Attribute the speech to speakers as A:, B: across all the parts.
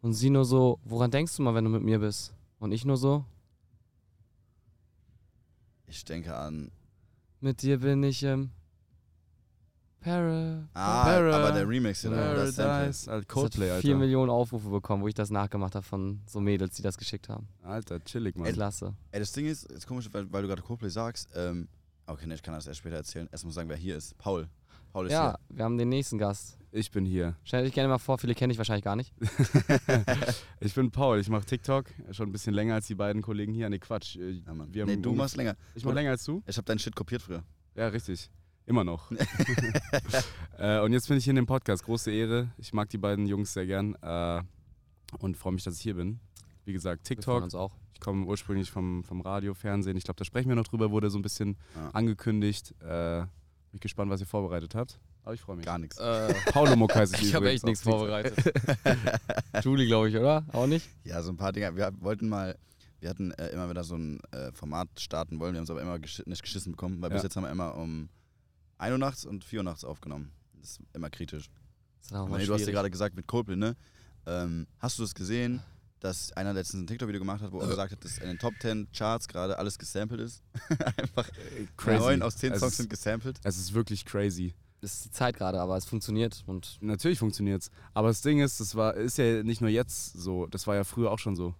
A: Und sie nur so, woran denkst du mal, wenn du mit mir bist? Und ich nur so,
B: Ich denke an.
A: mit dir bin ich im Para.
B: Ah,
C: Para-
B: aber der Remix, oder? Genau, Das Sample.
C: Paradise.
A: Das
C: Alter,
A: hat
C: Coldplay,
A: vier
C: Alter.
A: Millionen Aufrufe bekommen, wo ich das nachgemacht habe von so Mädels, die das geschickt haben.
C: Alter, chillig, Mann.
A: Klasse.
B: Ey, das Ding ist, ist komisch, weil, weil du gerade Coldplay sagst. Ähm, okay, ne, ich kann das erst später erzählen. Erst muss ich sagen, wer hier ist. Paul. Paul ist
A: Ja, wir haben den nächsten Gast.
C: Ich bin hier.
A: Stell dich gerne mal vor, viele kenne ich wahrscheinlich gar nicht.
C: ich bin Paul, ich mache TikTok. Schon ein bisschen länger als die beiden Kollegen hier. Nee, Quatsch. äh,
B: hier. Ja, Mann.
C: wir
B: nee,
C: haben
B: du
C: ungef-
B: machst länger.
C: Ich mach länger als du?
B: Ich habe deinen Shit kopiert früher.
C: Ja, richtig. Immer noch. äh, und jetzt bin ich hier in dem Podcast. Große Ehre. Ich mag die beiden Jungs sehr gern äh, und freue mich, dass ich hier bin. Wie gesagt,
A: Wir freuen
C: TikTok.
A: uns auch.
C: Ich komme ursprünglich vom, vom Radio, Fernsehen. Ich glaube, da sprechen wir noch drüber. Wurde so ein bisschen
B: Ja.
C: angekündigt. Äh, bin gespannt, was ihr vorbereitet habt. Aber ich freue mich.
B: Gar nichts.
C: Paulo Muck heißt ich
A: ich habe
C: übrigens
A: echt
C: auf
A: nichts
C: TikTok.
A: vorbereitet. Julie, glaube ich, oder? Auch nicht?
B: Ja, so ein paar Dinger. Wir wollten mal, wir hatten äh, immer wieder so ein äh, Format starten wollen, wir haben es aber immer geschi nicht geschissen bekommen, weil bis
C: Ja.
B: jetzt haben wir immer um 1 Uhr nachts und 4 Uhr nachts aufgenommen. Das ist immer kritisch.
A: Das ist auch
B: Aber
A: mal
B: nee, du hast ja
A: schwierig.
B: gerade gesagt mit Coldplay, ne? Ähm, hast du das gesehen, dass einer letztens ein TikTok-Video gemacht hat, wo
A: Äh.
B: er gesagt hat, dass in den Top 10 Charts gerade alles gesampelt ist? Einfach
C: Crazy.
B: 9 aus 10
A: Also
C: Es
B: Songs
C: ist-
B: sind gesampelt.
C: Es ist wirklich crazy.
A: Das ist die Zeit gerade, aber es funktioniert und
C: Natürlich funktioniert's. Aber das Ding ist, das war, ist ja nicht nur jetzt so. Das war ja früher auch schon so.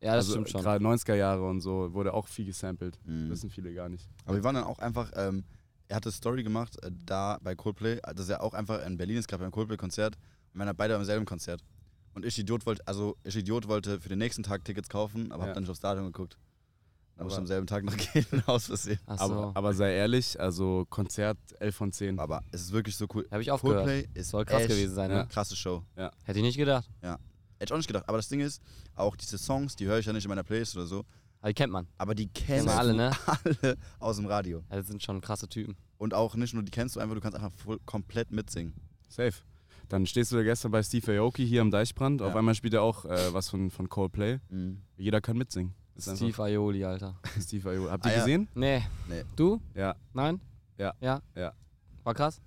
A: ja, das
C: also
A: stimmt schon.
C: Gerade 90er Jahre und so wurde auch viel gesampelt.
B: Mhm.
C: Wissen viele gar nicht.
B: Aber wir waren dann auch einfach, ähm, er hat eine Story gemacht, äh, da bei Coldplay, äh, dass er auch einfach in Berlin ist, gerade beim Coldplay-Konzert. Und wir waren beide beim selben Konzert. Und ich Idiot wollte, also ich Idiot wollte für den nächsten Tag Tickets kaufen, aber
C: Ja.
B: hab dann nicht aufs Stadion geguckt. Dann musste
C: Aber-
B: am selben Tag noch gehen, aus Versehen.
A: Ach
C: Aber,
A: so.
C: aber sei ehrlich, also Konzert 11 von 10.
B: Aber es ist wirklich so cool.
A: Habe ich aufgehört.
B: Coldplay ist
A: Soll krass
B: echt
A: gewesen sein,
B: eine
A: ne?
B: krasse Show.
A: Hätte ich nicht gedacht.
B: Hätte ich auch nicht gedacht. Aber das Ding ist, auch diese Songs, die höre ich ja nicht in meiner Playlist oder so,
A: Aber die kennt man.
B: aber die
A: Kennen
B: kennst
A: wir alle, ne?
B: du alle aus dem Radio.
A: Ja, das sind schon krasse Typen.
B: Und auch nicht nur die kennst du einfach, du kannst einfach voll, komplett mitsingen.
C: Safe. Dann stehst du da gestern bei Steve Aoki hier am Deichbrand. Auf
B: Ja.
C: einmal spielt er auch äh, was von, von Coldplay.
B: Mhm.
C: Jeder kann mitsingen. Das ist
A: Steve Aioli, Alter.
C: einfach Steve Aoki. Habt ihr
B: Ah, ja.
C: gesehen?
A: Nee.
B: Nee.
A: Du?
C: Ja.
A: Nein?
C: Ja.
A: Ja?
C: Ja.
A: War krass?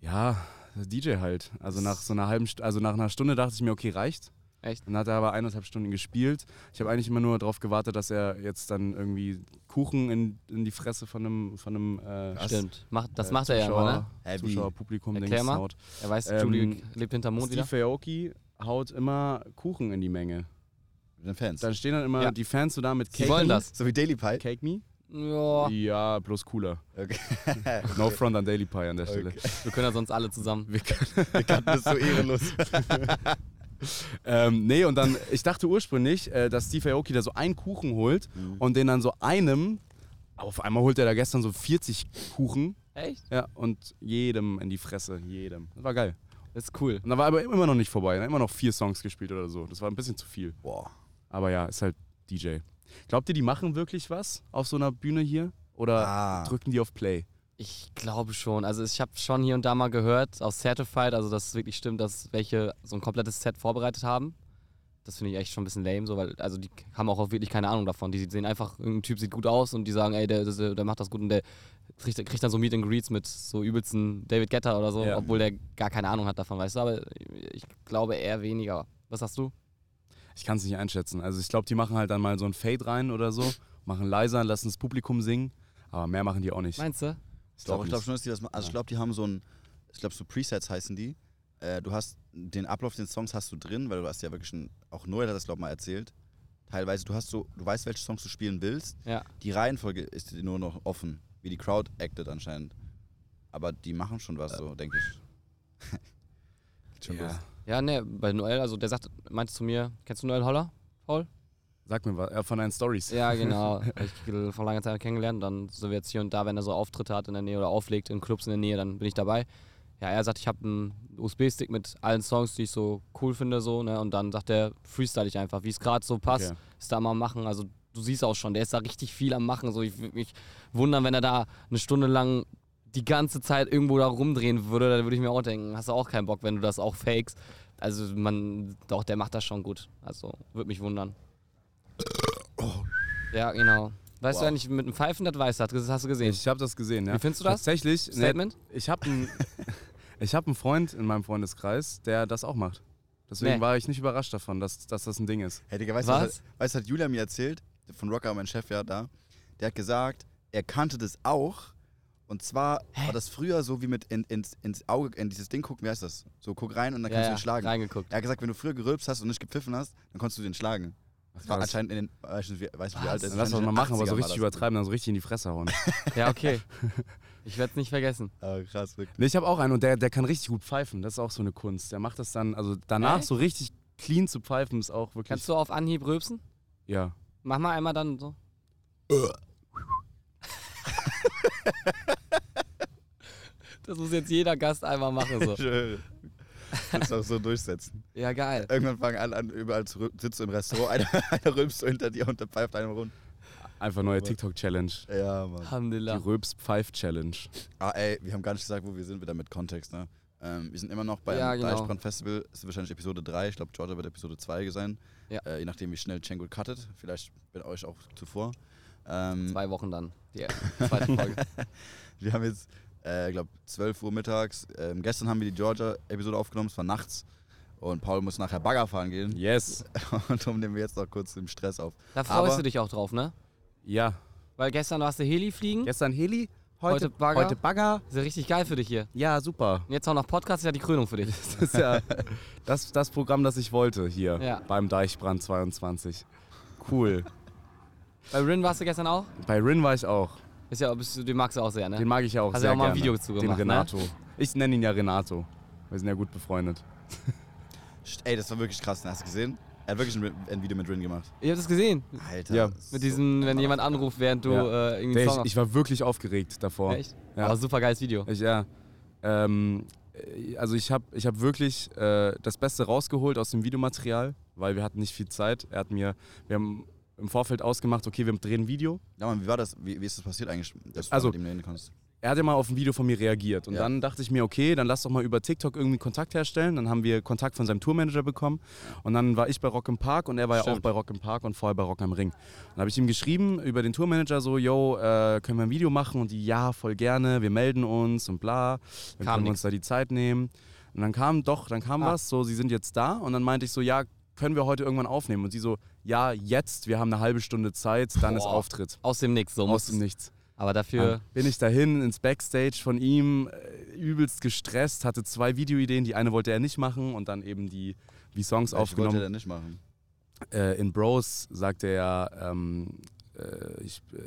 C: Ja, DJ halt. Also nach so einer halben St also nach einer Stunde dachte ich mir, okay, reicht.
A: Echt?
C: Dann hat er aber eineinhalb Stunden gespielt. Ich habe eigentlich immer nur darauf gewartet, dass er jetzt dann irgendwie Kuchen in, in die Fresse von einem von einem äh,
A: Stimmt. Macht, das
C: äh,
A: macht er ja immer, ne?
B: Happy.
C: Zuschauer, Publikum,
A: Erklär
C: Dings
A: mal.
C: haut.
A: Er weiß,
C: Ähm,
A: Julie lebt hinterm Mond wieder.
C: Steve Aoki haut immer Kuchen in die Menge.
B: Mit den Fans.
C: Dann stehen dann immer
A: Ja.
C: die Fans so da mit
A: Sie
C: Cake
A: wollen
C: Me.
A: das. Oh.
B: So wie Daily Pie.
C: Cake Me?
A: Ja.
C: Ja, bloß cooler.
B: Okay.
C: No front an Daily Pie an der Stelle.
A: Wir können ja sonst alle zusammen.
C: Wir können-
B: Das ist so ehrenlos.
C: ähm, nee, und dann, ich dachte ursprünglich, äh, dass Steve Aoki da so einen Kuchen holt
B: Mhm.
C: und den dann so einem, aber auf einmal holt er da gestern so 40 Kuchen.
A: Echt?
C: Ja, und jedem in die Fresse, jedem. Das war geil.
A: Das ist cool.
C: Und da war aber immer noch nicht vorbei. Er hat immer noch vier Songs gespielt oder so. Das war ein bisschen zu viel.
B: Boah.
C: Aber ja, ist halt DJ. Glaubt ihr, die machen wirklich was auf so einer Bühne hier?
A: Äh,
C: Oder
B: Ah.
C: drücken die auf Play?
A: Ich glaube schon. Also ich habe schon hier und da mal gehört aus Certified, also dass es wirklich stimmt, dass welche so ein komplettes Set vorbereitet haben. Das finde ich echt schon ein bisschen lame, so, weil also die haben auch wirklich keine Ahnung davon. Die sehen einfach, irgendein Typ sieht gut aus und die sagen, ey, der, der, der macht das gut und der kriegt, kriegt dann so Meet and Greets mit so übelsten David Getter oder so,
C: Ja.
A: obwohl der gar keine Ahnung hat davon, weißt du. Aber ich glaube eher weniger. Was sagst du?
C: Ich kann es nicht einschätzen. Also ich glaube, die machen halt dann mal so ein Fade rein oder so, machen leiser, lassen das Publikum singen. Aber mehr machen die auch nicht.
A: Meinst du?
B: Ich glaube glaub
C: nicht.
B: schon, dass die das machen. Also ich
C: Ja.
B: glaube, die haben so ein, ich glaube so Presets heißen die. Äh, du hast den Ablauf den Songs hast du drin, weil du hast ja wirklich ein, auch Noel hat das glaube mal erzählt. Teilweise, du hast so, du weißt, welche Songs du spielen willst.
A: Ja.
B: Die Reihenfolge ist dir nur noch offen, wie die Crowd acted anscheinend. Aber die machen schon was, so denke ich. Geht schon los.
C: Ja.
A: Ja, ne, bei Noel, also der sagt, meinte zu mir, kennst du Noel Holler, Paul?
C: Sag mir was, äh, von deinen Stories.
A: Ja, genau. Hab ich gel- vor langer Zeit kennengelernt. Dann sind wir jetzt hier und da, wenn er so Auftritte hat in der Nähe oder auflegt in Clubs in der Nähe, dann bin ich dabei. Ja, er sagt, ich habe einen USB-Stick mit allen Songs, die ich so cool finde, so, ne? Und dann sagt er, freestyle ich einfach, wie es gerade so passt,
C: Okay.
A: ist da mal am machen. Also du siehst auch schon, der ist da richtig viel am machen. So, ich würde mich wundern, wenn er da eine Stunde lang die ganze Zeit irgendwo da rumdrehen würde, dann würde ich mir auch denken, hast du auch keinen Bock, wenn du das auch fakest. Also man, doch, der macht das schon gut. Also würde mich wundern. Ja, genau. Weißt du
B: Wow.
A: eigentlich, mit dem Pfeifen das weißt du, das hast du gesehen.
C: Ich habe das gesehen, ja.
A: Wie findest du das?
C: Tatsächlich. ne,
A: Statement?
C: ich habe einen hab einen Freund in meinem Freundeskreis, der das auch macht. Das Deswegen
A: Nee.
C: war ich nicht überrascht davon, dass, dass das ein Ding ist.
B: Hey, Digga, weißt du, was?
A: Was?
B: hat- Weißt du, hat Julia mir erzählt, von Rocker, mein Chef ja da, der hat gesagt, er kannte das auch. Und zwar war das früher so wie mit in, ins, ins Auge, in dieses Ding gucken, wie heißt das? So, guck rein und dann kannst du ihn schlagen.
A: reingeguckt.
B: Er hat gesagt, wenn du früher gerülpst hast und nicht gepfiffen hast, dann konntest du den schlagen. Das war
C: krass.
B: anscheinend in den, weiß nicht, wie, weiß nicht, wie alt er
C: Dann
B: ist.
C: lass das mal machen, aber so richtig
B: übertragen.
C: übertreiben, dann so richtig in die Fresse hauen.
A: Ja, okay. Ich werde es nicht vergessen.
B: Ah, krass, wirklich.
C: Nee, ich habe auch einen und der, der kann richtig gut pfeifen. Das ist auch so eine Kunst. Der macht das dann, also danach
A: Echt?
C: so richtig clean zu pfeifen, ist auch wirklich.
A: Kannst du auf Anhieb rülpsen?
C: ja.
A: Mach mal einmal dann so.
B: Äh.
A: Das muss jetzt jeder Gast einmal machen. So.
B: Schön. Kannst du auch so durchsetzen.
A: Ja, geil.
B: Irgendwann fangen alle an, überall zu rü- sitzt du im Restaurant, einer, einer rülpst so hinter dir und dann pfeift einem rund.
C: Einfach neue TikTok-Challenge.
B: Ja, Mann.
A: Alhamdulillah.
C: Die Röps-Pfeif-Challenge.
B: Ah, ey, wir haben gar nicht gesagt, wo wir sind, wieder mit Kontext, ne? Ähm, wir sind immer noch beim
A: Ja,
B: ja,
A: genau.
B: Festival. Es ist wahrscheinlich Episode 3. Ich glaube, Georgia wird Episode 2 sein.
A: Ja.
B: Äh, je nachdem, wie schnell Chengut cuttet. Vielleicht mit euch auch zuvor.
C: Hm.
B: Ähm,
A: Zwei Wochen dann. Die zweite Folge.
B: wir haben jetzt, äh, glaube 12 Uhr mittags. Ähm, gestern haben wir die Georgia-Episode aufgenommen. Es war nachts. Und Paul muss nachher Bagger fahren gehen.
C: Yes.
B: Und darum nehmen wir jetzt noch kurz den Stress auf.
A: Da freust
B: Aber-
A: du dich auch drauf, ne?
C: Ja.
A: Weil gestern warst du Heli fliegen.
C: Gestern Heli, heute,
A: Heute Bagger.
C: Heute Bagger.
A: Ist ja richtig geil für dich hier.
C: Ja, super.
A: Und jetzt auch noch Podcast ist ja die Krönung für dich.
C: Das ist ja das, das Programm, das ich wollte hier
A: Ja.
C: beim Deichbrand 22. Cool.
A: Bei Rin warst du gestern auch?
C: Bei Rin war ich auch.
A: Ist ja, bist du, den magst du auch sehr, ne?
C: Den mag ich ja auch
A: Hast
C: sehr
A: ja auch mal ein
C: gerne.
A: Video zu gemacht, ne?
C: Den Renato. Ich nenne ihn ja Renato. Wir sind ja gut befreundet.
B: St- Ey, das war wirklich krass. ne? Hast du gesehen? Er hat wirklich ein, ein Video mit Rin gemacht.
A: Ihr habt es gesehen.
B: Alter.
C: Ja.
B: so
A: Mit diesem, wenn jemand anruft, während du
C: Ja.
A: äh, irgendwie
C: Der,
A: einen
C: ich,
A: Song
C: ich war wirklich aufgeregt davor.
A: Echt?
C: Ja.
A: Aber super geiles Video.
C: Ich, ja. Ähm, äh, also ich habe ich hab wirklich äh, das Beste rausgeholt aus dem Videomaterial, weil wir hatten nicht viel Zeit. Er hat mir, wir haben im Vorfeld ausgemacht, okay, wir drehen ein Video.
B: Ja, Mann, wie war das? Wie, wie ist das passiert eigentlich, dass
C: Also-
B: du mit ihm reden konntest?
C: Er hat ja mal auf ein Video von mir reagiert. Und
B: Ja.
C: dann dachte ich mir, okay, dann lass doch mal über TikTok irgendwie Kontakt herstellen. Dann haben wir Kontakt von seinem Tourmanager bekommen. Und dann war ich bei Rock im Park und er war ja auch
B: Stimmt.
C: bei Rock im Park und vorher bei Rock am Ring. Dann habe ich ihm geschrieben über den Tourmanager so, yo, äh, können wir ein Video machen? Und die, ja, voll gerne, wir melden uns und bla. Dann
A: Kam
C: können wir
A: nix.
C: uns da die Zeit nehmen. Und dann kam doch, dann kam
A: Ah.
C: was, so, sie sind jetzt da. Und dann meinte ich so, ja, können wir heute irgendwann aufnehmen? Und sie so, ja, jetzt, wir haben eine halbe Stunde Zeit, dann ist
A: Boah.
C: Auftritt.
A: Aus dem Nix, so
C: Aus
A: muss
C: dem Nichts.
A: Aber dafür,
C: Dann bin ich dahin ins Backstage von ihm, äh, übelst gestresst, hatte zwei Videoideen. Die eine wollte er nicht machen und dann eben die, die Songs
B: Ich wollte er
C: aufgenommen.
B: denn nicht machen.
C: Äh, in Bros sagte er, ähm, äh, ich, äh,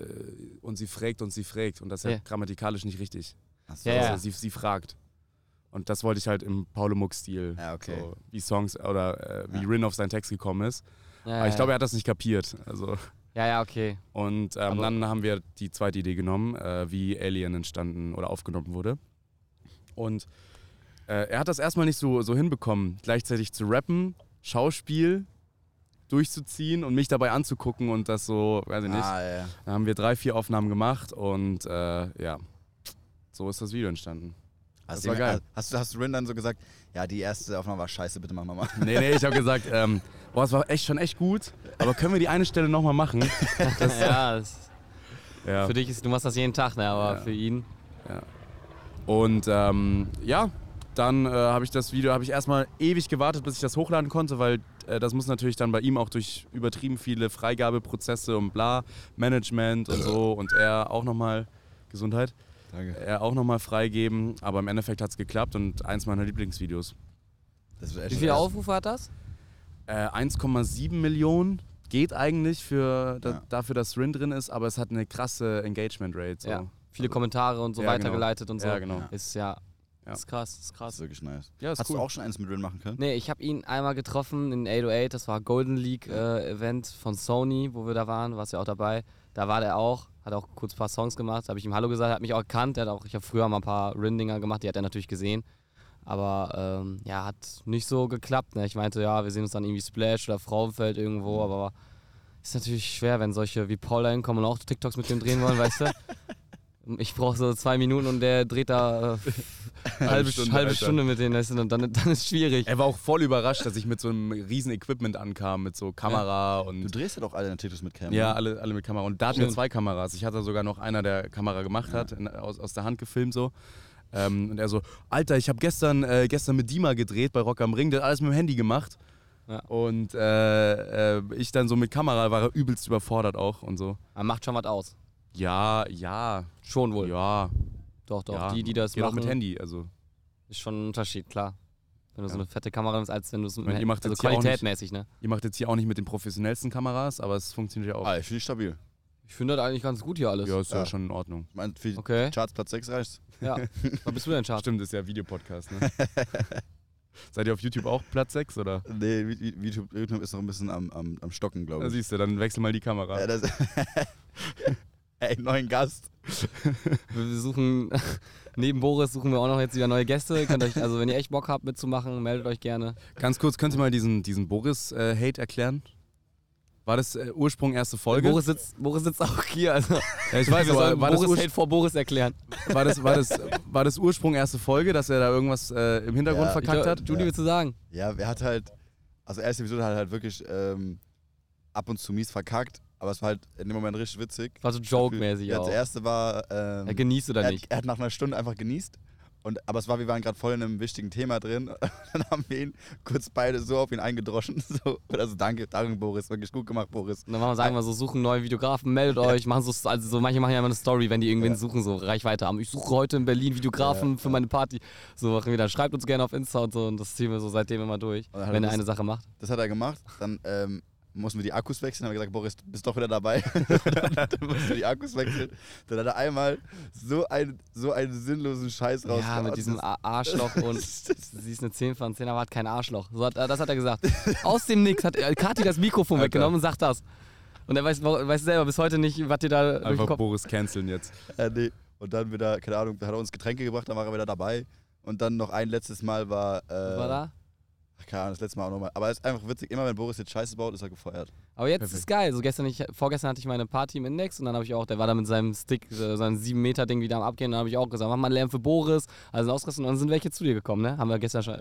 C: und sie fragt und sie fragt. Und das ist ja
A: Ja.
C: grammatikalisch nicht richtig.
B: Achso.
A: Ja, ja.
C: Also sie, sie fragt. Und das wollte ich halt im Paolo Muck-Stil.
B: Ja, okay.
C: So, wie Songs oder äh, wie
B: Ja.
C: Rin auf seinen Text gekommen ist.
A: ja,
C: Aber ich
A: ja.
C: glaube, er hat das nicht kapiert. Also.
A: ja, ja, okay.
C: Und ähm,
A: Aber-
C: dann haben wir die zweite Idee genommen, äh, wie Alien entstanden oder aufgenommen wurde. Und äh, er hat das erstmal nicht so, so hinbekommen, gleichzeitig zu rappen, Schauspiel durchzuziehen und mich dabei anzugucken und das so, weiß ich nicht.
B: Ah, ja.
C: Dann haben wir drei, vier Aufnahmen gemacht und äh, ja, so ist das Video entstanden.
B: Hast,
C: war
B: du,
C: geil.
B: Hast, du- hast du Rin dann so gesagt, ja, die erste Aufnahme war scheiße, bitte mach nochmal.
C: Nee, nee, ich habe gesagt, ähm, boah, es war echt schon echt gut, aber können wir die eine Stelle nochmal machen?
A: ja, das,
C: Ja.
A: für dich ist, du machst das jeden Tag, ne? Aber
C: Ja.
A: für ihn.
C: Und ähm, ja, dann äh, habe ich das Video, habe ich erstmal ewig gewartet, bis ich das hochladen konnte, weil äh, das muss natürlich dann bei ihm auch durch übertrieben viele Freigabeprozesse und bla, Management und so und er auch nochmal, Gesundheit,
B: Danke.
C: er auch nochmal freigeben, aber im Endeffekt hat es geklappt und eins meiner Lieblingsvideos.
B: Das wird echt
A: Wie viele
B: krass.
A: Aufrufe hat das?
C: Äh, 1,7 Millionen geht eigentlich für, da,
B: Ja.
C: dafür, dass Rin drin ist, aber es hat eine krasse Engagement Rate. So.
A: Ja. Viele Kommentare und so
C: Ja,
A: weitergeleitet und so.
C: Ja, genau.
B: Ja.
A: Ist ja,
C: Ja.
A: Ist krass, ist
B: Das ist
A: krass.
B: wirklich nice.
C: Ja, ist
B: hast
C: cool.
B: du auch schon eins mit Rin machen können?
A: Nee, ich habe ihn einmal getroffen in 808, das war Golden League äh, Event von Sony, wo wir da waren, warst ja auch dabei. Da war der auch, hat auch kurz ein paar Songs gemacht, habe ich ihm Hallo gesagt, hat mich auch erkannt, der hat auch, ich habe früher mal ein paar Rindinger gemacht, die hat er natürlich gesehen. Aber ähm, ja, hat nicht so geklappt. Ne? Ich meinte, ja, wir sehen uns dann irgendwie Splash oder Frauenfeld irgendwo, aber ist natürlich schwer, wenn solche wie Paul da hinkommen und auch TikToks mit dem drehen wollen, weißt du? Ich brauche so zwei Minuten und der dreht da äh, halbe,
C: Stunde,
A: Stunde, halbe
C: Alter.
A: Stunde mit denen, weißt du? Und dann, dann ist schwierig.
C: Er war auch voll überrascht, dass ich mit so einem riesen Equipment ankam, mit so Kamera und
B: Du drehst ja doch alle deine Titus mit Cam.
C: Ja,
B: ne?
C: alle, alle mit Kamera. Und da hatten wir
A: Stimmt.
C: zwei Kameras. Ich hatte sogar noch einer, der Kamera gemacht hat, in, aus, aus der Hand gefilmt so. Ähm, und er so, Alter, ich habe gestern, äh, gestern mit Dima gedreht bei Rock am Ring, der hat alles mit dem Handy gemacht.
A: Ja.
C: Und äh, äh, ich dann so mit Kamera war er übelst überfordert auch und so.
A: Aber macht schon was aus.
C: Ja, ja,
A: Schon wohl.
C: ja.
A: Doch, doch.
C: ja.
A: Die, die das
C: Geht auch
A: machen,
C: mit Handy, also.
A: ist schon ein Unterschied, klar. Wenn du so
C: Ja.
A: eine fette Kamera nimmst, als wenn du es mit
C: meine, ihr macht
A: also
C: jetzt hier auch nicht-
A: qualitätmäßig, ne?
C: Ihr macht jetzt hier auch nicht mit den professionellsten Kameras, aber es funktioniert ja auch.
B: Ah, ich finde ich stabil.
A: Ich finde das eigentlich ganz gut hier alles.
C: Ja, ist ja.
B: Ja.
C: schon in Ordnung.
B: Ich meine, für die
A: Okay,
B: Charts Platz 6 reicht's.
A: ja. Was bist du denn, Charles?
C: Stimmt, ist ja Videopodcast, ne? Seid ihr auf YouTube auch Platz 6 oder?
B: Nee, YouTube, YouTube ist noch ein bisschen am, am, am Stocken, glaube
C: Da
B: ich.
C: siehst du, dann wechsel mal die Kamera.
B: Ja, das Ey, neuen Gast.
A: Wir wir suchen, neben Boris suchen wir auch noch jetzt wieder neue Gäste. Könnt euch, also wenn ihr echt Bock habt mitzumachen, meldet euch gerne.
C: Ganz kurz, könnt ihr mal diesen, diesen Boris-Hate erklären? War das äh, Ursprung erste Folge?
A: Boris sitzt, Boris sitzt auch hier. Also,
C: ja, ich weiß,
A: wir
C: aber
A: sollen
C: war das,
A: Boris
C: Ur-
A: Hate vor Boris erklären.
C: war, das, war, das, war das Ursprung erste Folge, dass er da irgendwas äh, im Hintergrund
B: Ja,
A: Ich
C: verkackt
A: glaub,
C: hat?
A: Du,
B: Ja.
A: willst du sagen?
B: Ja, er hat halt, also erste Episode hat er halt wirklich ähm, ab und zu mies verkackt, aber es war halt in dem Moment richtig witzig.
A: War so joke-mäßig
B: Ja,
A: auch.
B: das erste war, ähm,
A: Ja, genießt oder
B: er,
A: nicht?
B: Hat, er hat nach einer Stunde einfach genießt. Und, aber es war, wir waren gerade voll in einem wichtigen Thema drin. Dann haben wir ihn kurz beide so auf ihn eingedroschen. So. Also danke, danke Boris, wirklich gut gemacht, Boris.
A: Und dann machen wir, sagen wir so, suchen neue Videografen, meldet euch, machen so, also so, manche machen ja immer eine Story, wenn die irgendwen suchen, so Reichweite haben. Ich suche heute in Berlin Videografen für meine Party. So machen wir dann, schreibt uns gerne auf Insta und so und das ziehen wir so seitdem immer durch,
B: Und dann hat
A: wenn
B: er
A: er eine Sache macht.
B: Das hat er gemacht. Dann ähm, mussten wir die Akkus wechseln. Dann haben wir gesagt, Boris, du bist doch wieder dabei. dann mussten wir die Akkus wechseln. Dann hat er einmal so, ein, so einen sinnlosen Scheiß rausgehauen.
A: Ja, mit diesem A- Arschloch und sie ist eine 10 von 10, aber hat kein Arschloch. So hat, er- das hat er gesagt. Aus dem Nix hat er- Kathi das Mikrofon
C: Alter.
A: weggenommen und sagt das. Und er weiß, weiß selber bis heute nicht, was dir da durch den
C: Einfach
A: Kopf...
C: Boris canceln jetzt.
B: Äh, nee. Und dann wieder, keine Ahnung, hat er uns Getränke gebracht, dann war er wieder dabei. Und dann noch ein letztes Mal war. Äh,
A: Was war da?
B: Ach, keine Ahnung, das letzte Mal auch nochmal. Aber es ist einfach witzig, immer wenn Boris jetzt Scheiße baut, ist er gefeuert.
A: Aber jetzt
C: Perfekt.
A: ist geil. So gestern, ich, vorgestern hatte ich meine Party im Index und dann habe ich auch, der war da mit seinem Stick, äh, seinem 7 Meter Ding wieder am Abgehen. Dann habe ich auch gesagt, mach mal einen Lärm für Boris. Also ausgerissen und dann sind welche zu dir gekommen, ne? Haben wir gestern schon.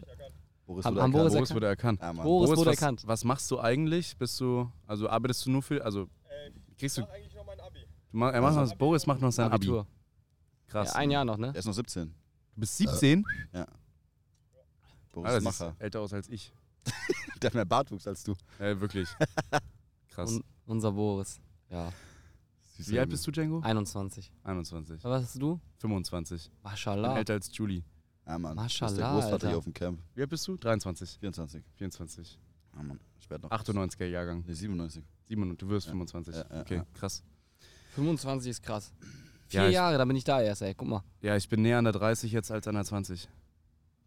B: Boris
A: Am-
B: wurde
A: am
B: erkannt.
A: Boris
C: Boris wurde erkannt.
B: ja, Mann.
A: Bo- Boris wurde
C: was,
A: erkannt.
C: was machst du eigentlich? Bist du, also arbeitest du nur für, also kriegst du,
D: eigentlich noch mein Abi.
C: du mach, er macht noch, Boris macht noch sein
A: Abitur.
C: Abitur. Abi. Krass.
A: Ja, ein Jahr noch, ne?
B: Er ist noch 17.
C: Du bist 17?
B: Boris
C: Alter, Ah, siehst
B: Macher.
C: älter aus als ich.
B: Der hat mehr Bartwuchs als du.
C: Ja, wirklich. Krass.
A: Und unser Boris. Ja,
C: Wie alt bist du, Django?
A: 21.
C: 21.
A: Was hast du?
C: 25. Ich bin
A: Maschallah.
C: älter als Julie.
B: Ja, Ah, Mann. Das ist der
A: Maschallah,
B: Großvater
A: Alter.
B: hier auf dem Camp.
C: Wie alt bist du? 23.
B: 24.
C: 24.
B: Ja, Mann. Spät noch.
C: 98er Jahrgang.
B: Nee, 97.
C: 7 du wirst
B: Ja.
C: 25.
B: Ja, ja,
C: okay,
B: ja.
C: krass.
A: 25 ist krass. Vier
C: Ja, ich-
A: Jahre, dann bin ich da erst, ey. Guck mal.
C: Ja, ich bin näher an der 30 jetzt als an der 20.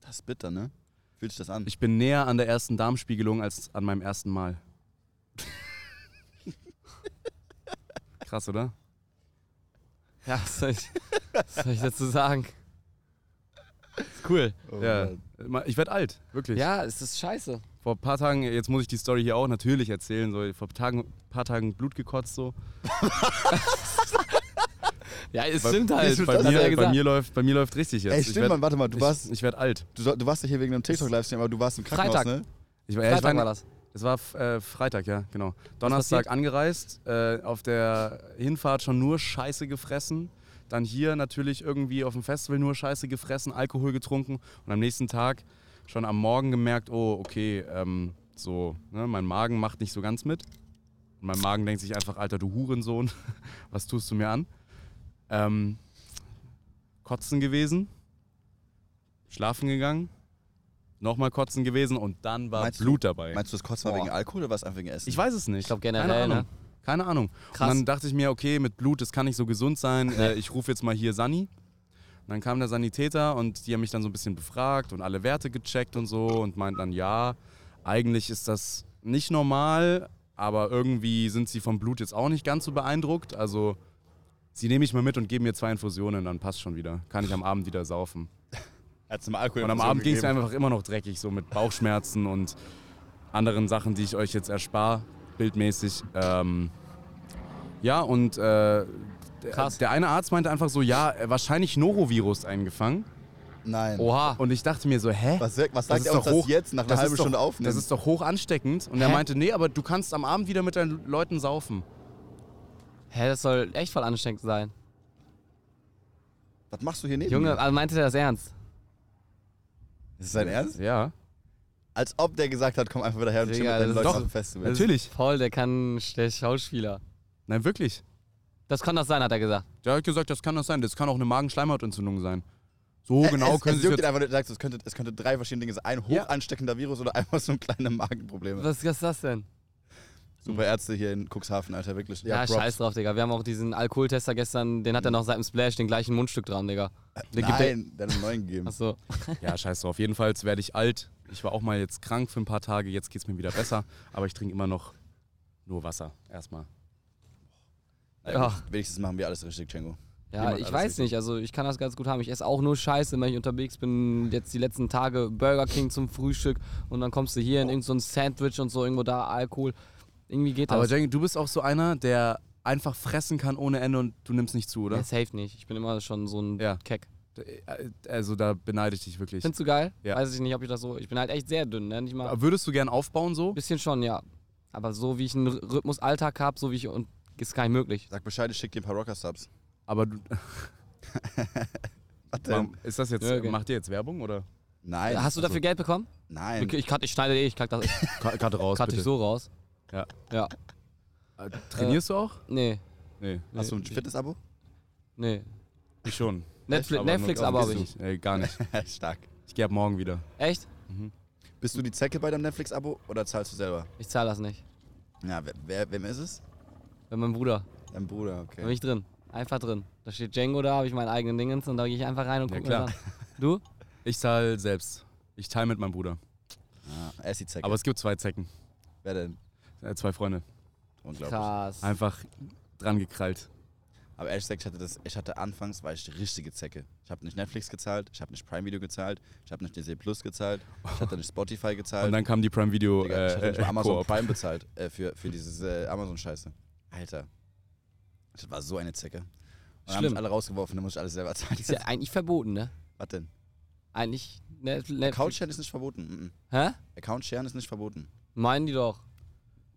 B: Das ist bitter, ne? Fühlt sich das an?
C: Ich bin näher an der ersten Darmspiegelung als an meinem ersten Mal. krass, oder?
A: Ja, was soll ich, was soll ich dazu sagen? Ist cool.
B: Oh
C: ja.
B: Mann.
C: Ich werde alt, wirklich.
A: Ja, es ist scheiße.
C: Vor ein paar Tagen, jetzt muss ich die Story hier auch natürlich erzählen, so vor Tagen, paar Tagen Blut gekotzt so.
A: Ja, es
C: Bei-
A: stimmt halt.
C: Bei
A: Das hat er
C: mir, bei
A: gesagt.
C: mir läuft, bei mir läuft richtig jetzt.
B: Ey,
C: ich
B: stimmt,
C: werd,
B: Mann, warte mal. Du warst,
C: ich, ich werde alt.
B: du, soll- du warst ja hier wegen einem TikTok-Livestream, aber du warst im Krankenhaus,
A: Freitag.
B: ne?
C: Ich, war- ja, ich
A: Freitag
C: war,
A: war das.
C: Es war äh, Freitag, ja, genau. Donnerstag angereist, äh, auf der Hinfahrt schon nur Scheiße gefressen. Dann hier natürlich irgendwie auf dem Festival nur Scheiße gefressen, Alkohol getrunken und am nächsten Tag schon am Morgen gemerkt, oh, okay, ähm, so, ne, mein Magen macht nicht so ganz mit. Und mein Magen denkt sich einfach, Alter, du Hurensohn, was tust du mir an? Ähm, kotzen gewesen, schlafen gegangen, nochmal kotzen gewesen und dann war
B: Meinst du-
C: Blut dabei.
B: Meinst du, das Kotz war
A: Boah.
B: wegen Alkohol oder war es einfach wegen Essen?
C: Ich weiß es nicht. Ich
A: glaub generell,
C: Keine
A: ne?
C: Ahnung. Keine Ahnung.
A: Krass.
C: Und dann dachte ich mir, okay, mit Blut, das kann nicht so gesund sein. Äh, ich rufe jetzt mal hier Sani. Und dann kam der Sanitäter und die haben mich dann so ein bisschen befragt und alle Werte gecheckt und so und meinten dann, ja, eigentlich ist das nicht normal, aber irgendwie sind sie vom Blut jetzt auch nicht ganz so beeindruckt. Also sie nehme ich mal mit und geben mir zwei Infusionen, dann passt schon wieder. Kann ich am Abend wieder saufen.
B: Er hat's dem Alkohol
C: Und am Abend ging es einfach immer noch dreckig, so mit Bauchschmerzen und anderen Sachen, die ich euch jetzt erspare, bildmäßig. Ähm, ja, und äh, der,
A: Krass.
C: der eine Arzt meinte einfach so, ja, wahrscheinlich Norovirus eingefangen.
B: Nein.
A: Oha.
C: Und ich dachte mir so, hä?
B: Was, was
C: Das
B: sagt
C: ist
B: er uns
C: doch
B: das
C: hoch-
B: jetzt nach einer
C: das ist
B: halben Stunde ne?
C: doch,
B: aufnehmen?
C: Das ist doch hoch ansteckend. Und er
A: Hä?
C: meinte, nee, aber du kannst am Abend wieder mit deinen Leuten saufen.
A: Hä, das soll echt voll anstrengend sein.
B: Was machst du hier neben
C: Hm.
A: Junge,
B: mir?
A: also meinte der das ernst?
B: Ist das dein Ernst?
C: Ja.
B: Als ob der gesagt hat, komm einfach wieder her und chill mit
A: Digga, das
B: deinen
A: ist
B: Leuten
A: doch-
B: am Festival.
C: Natürlich.
A: Paul, der kann der Schauspieler.
C: Nein, wirklich.
A: Das kann das sein, hat er gesagt.
C: Der hat gesagt, das kann das sein. Das kann auch eine Magenschleimhautentzündung sein. So
B: Ä-
C: genau
B: es,
C: können
B: es
C: Sie
B: juckt ihn
C: jetzt.
B: einfach, nicht. du sagst, es könnte, es könnte drei verschiedene Dinge sein. Ein
C: Ja.
B: hochansteckender Virus oder einfach so ein kleines Magenproblem.
A: Was ist das denn?
B: Super Ärzte hier in Cuxhaven, Alter, wirklich.
A: Ja,
B: Props.
A: scheiß drauf, Digga. Wir haben auch diesen Alkoholtester gestern, den hat
C: Hm.
A: er noch seit dem Splash, den gleichen Mundstück dran, Digga. Der gibt der-
B: Nein, der hat einen neuen gegeben.
A: Achso.
C: Ja, scheiß drauf. Jedenfalls werde ich alt. Ich war auch mal jetzt krank für ein paar Tage. Jetzt geht's mir wieder besser. Aber ich trinke immer noch nur Wasser. Erstmal.
B: Na
A: Ja.
B: gut, Wenigstens machen wir alles richtig, Django.
A: Ja,
C: Jemand
A: ich
C: alles
A: weiß
C: richtig.
A: nicht, also ich kann das ganz gut haben. Ich esse auch nur Scheiße, wenn ich unterwegs bin. Jetzt die letzten Tage Burger King zum Frühstück und dann kommst du hier in irgendein so ein Sandwich und so irgendwo da Alkohol. Irgendwie geht das.
C: Aber Jenny, du bist auch so einer, der einfach fressen kann ohne Ende und du nimmst nicht zu, oder?
A: Ja, safe nicht. Ich bin immer schon so ein
C: ne? Ja.
A: Keck.
C: Äh, Also da beneide ich dich wirklich.
A: Findest du geil?
C: Ja.
A: Weiß ich nicht, ob ich das so. Ich bin halt echt sehr dünn, ne? Nicht mal.
C: Aber Würdest du gern aufbauen so?
A: bisschen schon, ja. Aber so wie ich einen R- Rhythmus Alltag habe, so wie ich und ist gar nicht möglich.
B: Sag Bescheid, ich schick dir ein paar Rocker-Subs.
C: Aber du,
B: Was denn?
C: ist das jetzt,
A: Ja, okay.
C: macht ihr jetzt Werbung oder? Äh,
B: Nein.
C: also
A: Hast du dafür Geld bekommen?
C: Ähm.
B: Nein.
A: Ich, ich, cut- ich schneide eh, ich kack das
C: Gerade raus,
A: cut ich so raus.
C: Ja.
A: Ja.
C: Äh, Trainierst du auch?
A: Nee.
C: Nee,
B: Hast du ein
A: ich-
B: Fitness-Abo?
A: Nee.
C: ich schon.
A: Netflix, Netflix aber habe
C: gehst
A: ich.
C: du. Äh, gar nicht.
B: Stark.
C: Ich gehe ab morgen wieder.
A: Echt?
B: Bist du die Zecke bei deinem Netflix-Abo oder zahlst du selber?
A: Ich zahle das nicht.
B: Ja, wer, wer, wem ist es?
A: Bei meinem Bruder.
B: Dein Bruder,
A: Da bin
B: okay.
A: ich drin. Einfach drin. Da steht Django da, habe ich meinen eigenen Dingens und da gehe ich einfach rein und
C: Ja,
A: gucke mir
C: klar.
A: das an. Du?
C: Ich zahle selbst. Ich teile mit meinem Bruder.
B: Ah, er ist die Zecke.
C: Aber es gibt zwei Zecken.
B: wer denn?
C: Äh, zwei Freunde.
B: Unglaublich.
A: Krass.
C: Einfach dran gekrallt.
B: Aber ehrlich gesagt, ich hatte, das, ich hatte anfangs war ich die richtige Zecke. Ich habe nicht Netflix gezahlt, ich habe nicht Prime Video gezahlt, ich habe nicht Disney Plus gezahlt, ich hatte nicht Spotify
C: Und
A: Oh
B: gezahlt.
C: dann kam die Prime Video
B: Äh, Digga, ich hatte
C: äh,
B: nicht mal
C: äh,
B: Amazon
C: Koop.
B: Prime bezahlt äh, für, für dieses äh, Amazon-Scheiße. Alter. Das war so eine Zecke. Und dann haben
A: Schlimm.
B: mich alle rausgeworfen, dann muss ich alles selber zahlen.
A: Ist ja eigentlich verboten, ne?
B: Was denn?
A: Eigentlich. Net, Net,
B: Account-Share ist nicht verboten. Mm,
A: Hä?
B: Account-Share ist nicht verboten.
A: Meinen die doch.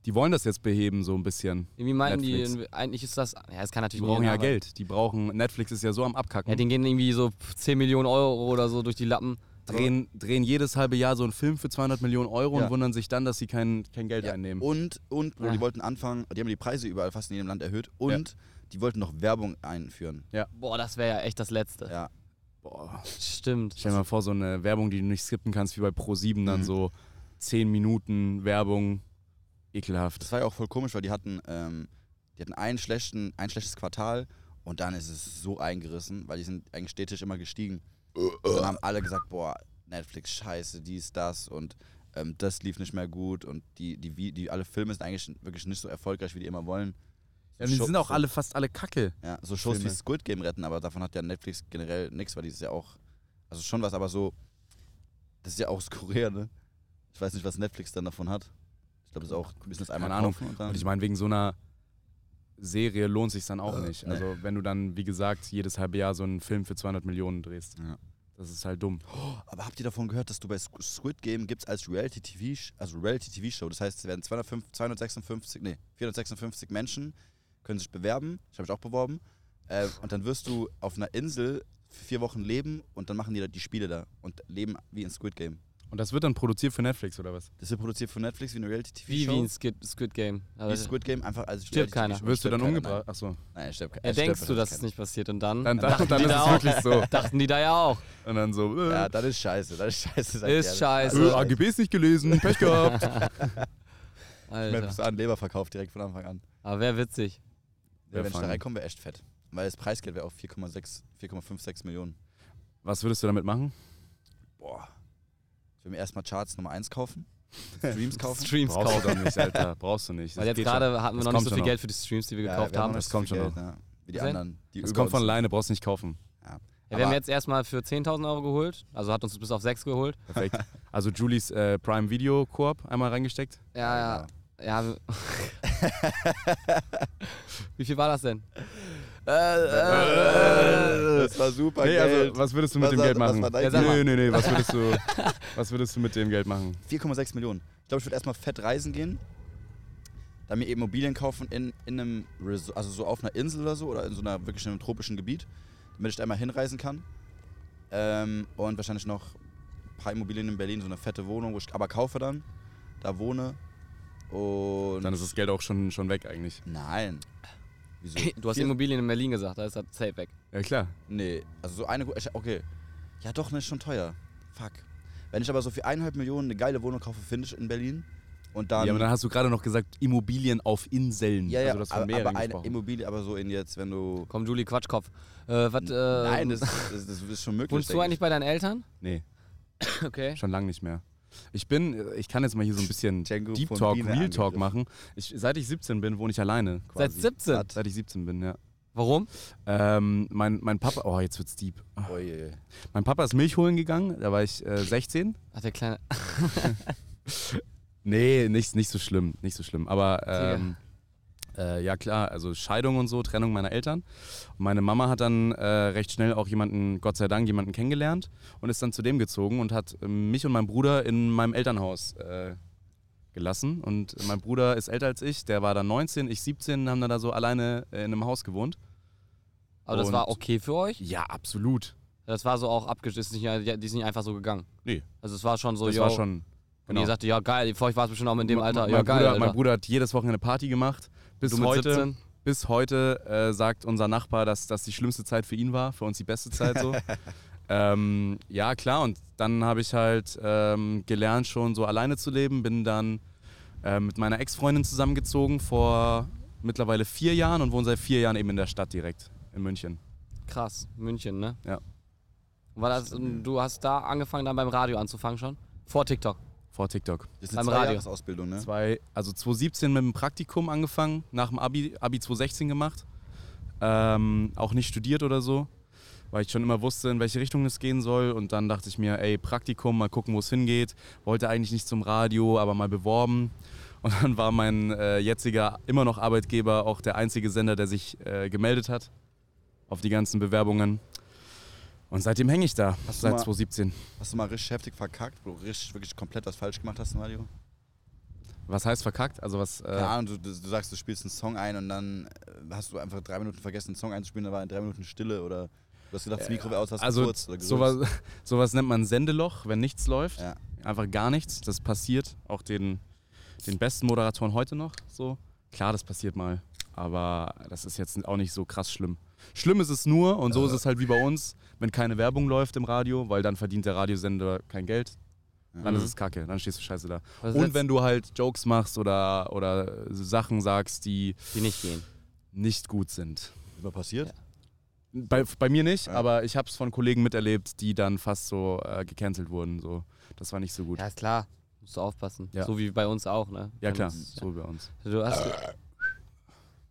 C: Die wollen das jetzt beheben so ein bisschen.
A: Irgendwie meinten
C: Netflix.
A: die, eigentlich ist das. Ja, es kann
C: Die
A: natürlich
C: brauchen
A: nicht
C: ja
A: aber-
C: Geld. Die brauchen. Netflix ist ja so am Abkacken.
A: Ja, denen gehen irgendwie so 10 Millionen Euro oder so durch die Lappen.
C: drehen, drehen jedes halbe Jahr so einen Film für 200 Millionen Euro
B: Also Ja.
C: und wundern sich dann, dass sie kein, kein Geld
B: Ja, Oh.
C: einnehmen.
B: Und, und Bro,
A: Ah.
B: die wollten anfangen, die haben die Preise überall fast in jedem Land erhöht und die wollten noch Werbung einführen.
A: Boah, das wäre ja echt das Letzte.
B: Ja.
C: Boah.
A: Stimmt.
C: Stell dir mal vor, so eine Werbung, die du nicht skippen kannst, wie bei Pro7,
B: Mhm.
C: dann so 10 Minuten Werbung. Ekelhaft.
B: Das war ja auch voll komisch, weil die hatten, ähm, die hatten einen schlechten, ein schlechtes Quartal und dann ist es so eingerissen, weil die sind eigentlich stetig immer gestiegen. Und dann haben alle gesagt, boah, Netflix, scheiße, dies, das und ähm, das lief nicht mehr gut und die, die, die, die alle Filme sind eigentlich wirklich nicht so erfolgreich, wie die immer wollen.
C: Ja, die
B: Show-
C: sind auch
B: so-
C: alle fast alle Kacke.
B: Ja, so Shows
C: Filme.
B: wie Squid Game retten, aber davon hat ja Netflix generell nichts, weil die ist ja auch, also schon was, aber so, das ist ja auch aus Korea, ne? Ich weiß nicht, was Netflix dann davon hat. Ich glaube, es ist auch, wir müssen das einmal
C: Keine Ahnung.
B: kaufen und dann.
A: Ähm.
C: Und ich meine, wegen so einer Serie lohnt sich dann auch
B: Äh,
C: nicht.
B: nee.
C: Also, wenn du dann, wie gesagt, jedes halbe Jahr so einen Film für 200 Millionen drehst.
B: Ja.
C: Das ist halt dumm.
B: aber habt ihr davon gehört, dass du bei Squ- Squid Game gibt's als Reality TV, Sh- also Reality TV Show, das heißt, es werden 205, 256, nee, 456 Menschen können sich bewerben. Ich habe mich auch beworben. Äh, und dann wirst du auf einer Insel vier Wochen leben und dann machen die da die Spiele da und leben wie in Squid Game.
C: Und das wird dann produziert für Netflix oder was?
B: Das wird produziert von Netflix wie eine Reality TV
A: Wie,
B: Show.
A: wie ein Squid, Squid Game.
B: Wie
A: Also,
B: Squid Game einfach als
A: Stirbt keiner.
B: Reality-Show.
C: Wirst du
B: Stirbt
C: dann
B: keiner,
C: umgeblieben? Achso.
B: Nein, nein, ich stirb,
A: ja,
B: es stirbt
A: denkst du, dass es
B: keiner.
A: nicht passiert und dann,
C: Dann, dann,
A: dachten
C: dann
A: die
C: ist
A: da
C: es
A: Hm. auch,
C: wirklich so.
A: dachten die da ja auch.
C: Und dann so, äh,
B: Ja, das ist scheiße, das ist scheiße. sag ich
A: Ist
B: ehrlich.
A: scheiße.
C: äh,
A: Also-
C: AGBs nicht gelesen, Pech gehabt.
B: Ich merke es
A: Alter.
B: an, Leber verkauft direkt von Anfang an.
A: Aber wäre witzig.
B: Ja,
C: Wär
B: wenn ich da
C: funny.
B: reinkomme, wäre echt fett. Weil das Preisgeld wäre auch 4,6, 4,56 Millionen.
C: Was würdest du damit machen?
B: Boah. Ich will mir erstmal Charts Nummer 1 kaufen, Streams kaufen.
A: Streams
C: Brauchst
A: kaufen.
C: du doch nicht, Alter. Brauchst du nicht.
A: Weil
C: Das
A: jetzt
C: geht schon.
A: gerade hatten wir
C: Das
A: noch nicht
C: kommt
A: so
C: schon
A: viel
C: noch.
A: Geld für die Streams, die wir
B: Ja,
A: gekauft
B: wir
A: haben.
B: noch nicht
C: das
B: so
C: kommt
B: viel
C: schon
B: Geld, ja. Wie die
A: Sehen?
B: anderen. Die
C: Das
B: über
C: kommt
B: uns
C: von alleine, brauchst nicht kaufen.
A: Ja, wir haben
B: Aber-
A: jetzt erstmal für 10.000 Euro geholt. Also hat uns bis auf 6 geholt.
C: Perfekt. Also Julies äh, Prime Video Koop einmal reingesteckt.
A: Ja, ja. ja. wir- Wie viel war das denn?
B: sind. Äh, Das war super
C: Äh, Nee,
B: Geld.
C: also was würdest du
B: Was
C: mit dem
B: hat-
C: Geld
B: was
C: machen?
B: war dein
A: Ja, sag
C: nee, nee, nee, was würdest du was würdest du mit dem Geld machen?
B: 4,6 Millionen. Ich glaube, ich würde erstmal fett reisen gehen, dann mir Immobilien kaufen in, in einem, Resort, also so auf einer Insel oder so oder in so einer wirklich in einem tropischen Gebiet. damit ich da einmal hinreisen kann. Ähm, und wahrscheinlich noch ein paar Immobilien in Berlin, so eine fette Wohnung, wo ich aber kaufe dann, da wohne. Und.
C: Dann ist das Geld auch schon, schon weg eigentlich.
B: Nein. Wieso?
A: Du hast
B: Hier-
A: Immobilien in Berlin gesagt, da ist das safe weg.
C: Ja klar.
B: Nee, also so eine. ich- Okay. Ja, doch, ne, ist schon teuer. Fuck. Wenn ich aber so für eineinhalb Millionen eine geile Wohnung kaufe, finde ich in Berlin. Und dann.
C: ja, aber dann hast du gerade noch gesagt, Immobilien auf Inseln.
B: ja, ja,
C: also das von
B: aber,
C: mehreren
B: aber eine
C: gesprochen.
B: Immobilie, aber so in jetzt, wenn du.
A: Komm, Juli, Quatschkopf. Äh, was, äh,
B: Nein, das, das, das ist schon möglich.
A: wohnst du
B: denke
A: eigentlich bei deinen Eltern?
C: Nee,
A: Okay.
C: schon lange nicht mehr. Ich bin, ich kann jetzt mal hier so ein bisschen
B: Django
C: Deep
B: von
C: Talk,
B: Biene
C: Real Talk
B: angegriffen.
C: machen. Ich, seit ich 17 bin, wohne ich alleine. Quasi.
A: Seit 17?
C: Seit ich 17 bin, ja.
A: Warum?
C: Ähm, mein, mein Papa, oh, jetzt wird's deep.
B: ich. Oh, je, je.
C: Mein Papa ist Milch holen gegangen, da war ich äh, 16.
A: Ach, der kleine.
C: Nee, nicht, nicht so schlimm, nicht so schlimm. Aber
A: Digga.
C: ähm, äh, ja klar, also Scheidung und so, Trennung meiner Eltern. Und meine Mama hat dann äh, recht schnell auch jemanden, Gott sei Dank, jemanden kennengelernt und ist dann zu dem gezogen und hat ähm, mich und meinen Bruder in meinem Elternhaus äh, gelassen. Und mein Bruder ist älter als ich, der war dann 19, ich 17, haben dann da so alleine äh, in einem Haus gewohnt.
A: Aber das
C: Und-
A: war okay für euch?
C: Ja, absolut.
A: Das war so auch abgeschissen, die ist nicht einfach so gegangen.
C: Nee.
A: Also es war schon so,
C: Das
A: yo.
C: war schon. genau.
A: Und ihr sagte, ja geil, für euch war es bestimmt auch mit dem
C: Ma-
A: Alter,
C: mein,
A: ja geil,
C: Bruder,
A: Alter.
C: mein Bruder hat jedes Wochenende Party gemacht. Bis
A: du mit
C: heute.
A: 17?
C: bis heute äh, sagt unser Nachbar, dass das die schlimmste Zeit für ihn war, für uns die beste Zeit so. ähm, ja, klar, und dann habe ich halt ähm, gelernt, schon so alleine zu leben, bin dann äh, mit meiner Ex-Freundin zusammengezogen vor mittlerweile vier Jahren und wohne seit vier Jahren eben in der Stadt direkt, in München.
A: Krass, München, ne?
C: Ja.
A: War das, du hast da angefangen, dann beim Radio anzufangen schon? Vor TikTok.
C: Vor TikTok.
B: Das ist
A: Beim
B: eine
A: Radio.
B: Zweijahresausbildung, ne?
C: Zwei, also 2017 mit dem Praktikum angefangen, nach dem Abi, Abi 2016 gemacht. Ähm, auch nicht studiert oder so, weil ich schon immer wusste, in welche Richtung es gehen soll. Und dann dachte ich mir, ey, Praktikum, mal gucken, wo es hingeht. Wollte eigentlich nicht zum Radio, aber mal beworben. Und dann war mein äh, jetziger, immer noch Arbeitgeber, auch der einzige Sender, der sich äh, gemeldet hat auf die ganzen Bewerbungen. Und seitdem hänge ich da,
B: Hast du
C: seit
B: mal-
C: 2017.
B: Hast du mal richtig heftig verkackt, wo du richtig wirklich komplett was falsch gemacht hast im Radio?
C: Was heißt verkackt? Also was...
B: Keine
C: Äh,
B: Ahnung, du, du, du sagst, du spielst einen Song ein und dann äh, hast du einfach drei Minuten vergessen, einen Song einzuspielen, da war in drei Minuten Stille oder du hast gedacht, das Mikro wäre aus, hast
C: also
B: kurz oder gerülpst.
C: sowas, sowas nennt man Sendeloch, wenn nichts läuft.
B: Ja.
C: einfach gar nichts. Das passiert auch den, den besten Moderatoren heute noch so. Klar, das passiert mal, aber das ist jetzt auch nicht so krass schlimm. Schlimm ist es nur, und
B: Äh.
C: so ist es halt wie bei uns, wenn keine Werbung läuft im Radio, weil dann verdient der Radiosender kein Geld. Dann
A: Mhm.
C: ist es kacke, dann stehst du scheiße da.
A: Was
C: und
A: jetzt-
C: wenn du halt Jokes machst oder, oder Sachen sagst, die
A: Die nicht gehen.
C: nicht gut sind.
B: Ist mal passiert?
A: Ja.
C: Bei, bei mir nicht,
B: Ja.
C: aber ich habe es von Kollegen miterlebt, die dann fast so äh, gecancelt wurden. So. Das war nicht so gut.
A: Ja, ist klar. Musst du aufpassen.
C: Ja.
A: So wie bei uns auch, ne?
C: Ja,
A: Wenn
C: klar,
A: es-
C: so wie bei uns.
A: Also Du hast.
C: Äh.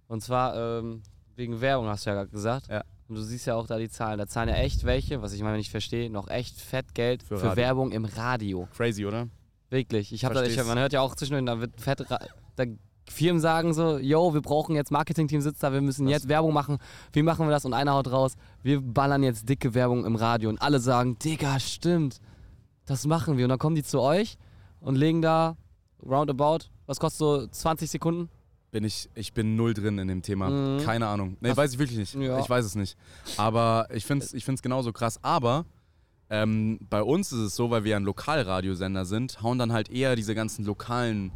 A: Und zwar ähm, wegen Werbung, hast du ja gerade gesagt.
C: Ja.
A: Und du siehst ja auch da die Zahlen. Da zahlen ja echt welche, was ich mal nicht verstehe, noch echt fett Geld
C: Für
A: für,
C: Radio.
A: Werbung im Radio.
C: Crazy, oder?
A: Wirklich. Ich hab da, ich,
C: Verstehst.
A: man hört ja auch zwischendurch, da wird fett. ra- Da Firmen sagen so: Yo, wir brauchen jetzt Marketingteam sitzt da, wir müssen jetzt Werbung machen. Wie machen wir das? Und einer haut raus: Wir ballern jetzt dicke Werbung im Radio. Und alle sagen: Digga, stimmt. Das machen wir. Und dann kommen die zu euch und legen da roundabout, was kostet so 20 Sekunden?
C: Bin ich, ich bin null drin in dem Thema.
A: Mhm.
C: Keine Ahnung. Nee,
A: Hast-
C: weiß ich wirklich nicht.
A: Ja.
C: Ich weiß es nicht. Aber ich finde es ich find's genauso krass. Aber ähm, bei uns ist es so, weil wir ein Lokalradiosender sind, hauen dann halt eher diese ganzen lokalen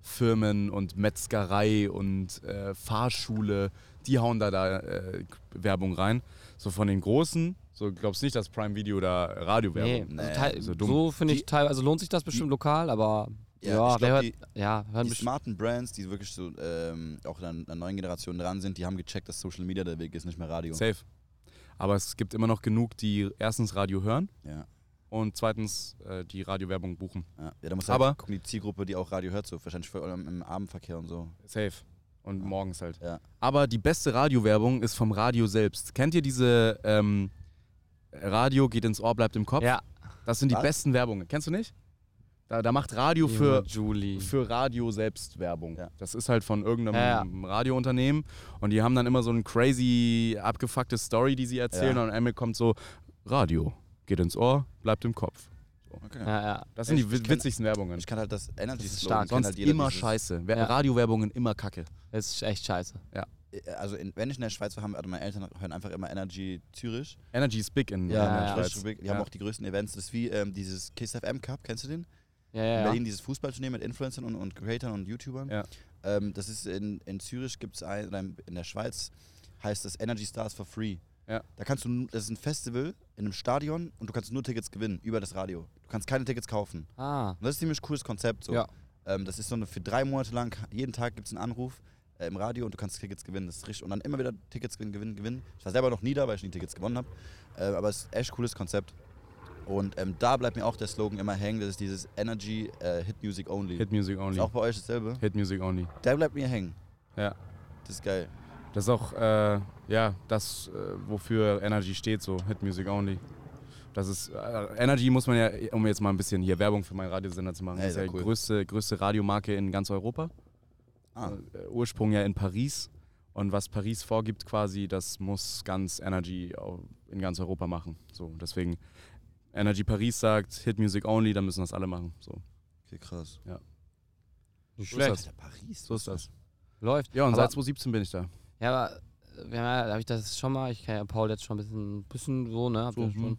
C: Firmen und Metzgerei und äh, Fahrschule, die hauen da da äh, Werbung rein. So von den Großen, so glaubst nicht, dass Prime Video da
A: Nee,
C: Radiowerbung.
B: Nee,
A: also teil-
C: so
A: so,
C: dumm.
A: finde ich teilweise, also lohnt sich das bestimmt lokal, aber
B: Ja,
A: ja,
B: ich glaub,
A: wer hört,
B: die-
A: ja, hören
B: Die
A: bestimmt.
B: smarten Brands, die wirklich so ähm, auch an der neuen Generation dran sind, die haben gecheckt, dass Social Media der Weg ist, nicht mehr Radio.
C: Safe. Aber es gibt immer noch genug, die erstens Radio hören
B: Ja.
C: und zweitens äh, die Radiowerbung buchen.
B: Ja. ja, da muss
C: Aber-
B: halt gucken, die Zielgruppe, die auch Radio hört, so wahrscheinlich vor allem im Abendverkehr und so.
C: Safe. Und morgens halt.
B: Ja.
C: Aber die beste Radiowerbung ist vom Radio selbst. Kennt ihr diese ähm, Radio geht ins Ohr, bleibt im Kopf?
A: Ja,
C: Das sind die
B: Was?
C: besten Werbungen. Kennst du nicht? Da, da macht Radio für,
A: Julie.
C: für Radio selbst Werbung.
B: Ja.
C: Das ist halt von irgendeinem
A: Ja,
C: Radiounternehmen. Und die haben dann immer so eine crazy, abgefuckte Story, die sie erzählen.
B: Ja.
C: Und am Ende kommt so, Radio geht ins Ohr, bleibt im Kopf.
B: Okay.
A: ja, ja.
C: Das sind
B: Ich-
C: die
B: ich
C: wi-
B: kenn-
C: witzigsten Werbungen.
B: Ich kann halt das Energy
A: ist
B: Slogan,
A: stark.
B: kennt
C: Sonst
B: halt jeder
C: immer
B: dieses-
C: scheiße. Wer-
A: Ja.
C: Radiowerbungen immer kacke.
A: Das ist echt scheiße.
B: also in, wenn ich in der Schweiz war, haben, also meine Eltern hören einfach immer Energy Zürich.
C: Energy is big in,
A: Ja,
C: in der
A: ja.
C: Schweiz.
B: Zürich Republik. Die haben
C: Ja.
B: auch die größten Events. Das ist wie ähm, dieses Kiss FM Cup, kennst du den?
A: Ja,
B: in
A: ja, ja.
B: Berlin dieses Fußballturnier mit Influencern und, und Creatern und YouTubern.
C: Ja.
B: Ähm, das ist in, in Zürich gibt es ein, oder in der Schweiz heißt das Energy Stars for Free.
C: Ja.
B: Da kannst du, nu- das ist ein Festival in einem Stadion und du kannst nur Tickets gewinnen über das Radio. Du kannst keine Tickets kaufen.
A: Ah,
B: Und das ist ein ziemlich cooles Konzept. So.
A: Ja.
B: Ähm, das ist so eine, für drei Monate lang, jeden Tag gibt es einen Anruf äh, im Radio und du kannst Tickets gewinnen. Das ist richtig. Und dann immer wieder Tickets gewinnen, gewinnen, gewinnen. Ich war selber noch nie da, weil ich nie Tickets gewonnen habe. Äh, aber es ist ein echt cooles Konzept. Und ähm, da bleibt mir auch der Slogan immer hängen, das ist dieses Energy äh, Hit Music Only.
C: Hit Music
B: ist
C: only.
B: auch bei euch dasselbe.
C: Hit Music only.
B: Der bleibt mir hängen.
C: Ja.
B: Das ist geil.
C: Das ist auch äh, ja, das, äh, wofür Energy steht, so Hit Music Only. Das ist, äh, Energy muss man ja, um jetzt mal ein bisschen hier Werbung für meinen Radiosender zu machen,
B: Ey,
C: das ist ja
B: sehr
C: die
B: cool.
C: größte, größte Radiomarke in ganz Europa.
B: Ah,
C: Äh, Ursprung ja in Paris. Und was Paris vorgibt quasi, das muss ganz Energy au- in ganz Europa machen. So, deswegen Energy Paris sagt Hit Music Only, dann müssen das alle machen. So,
B: okay, krass.
A: nicht
C: so ist
A: schlecht.
C: das.
B: Alter, Paris.
C: so ist das.
A: Läuft.
C: Ja, und
A: Aber-
C: seit 2017 bin ich da.
A: Ja, aber äh, wir haben ja, habe ich das schon mal, ich kenne ja Paul jetzt schon ein bisschen, bisschen so, ne? Habt
C: So,
A: ihr
C: hm.
A: schon,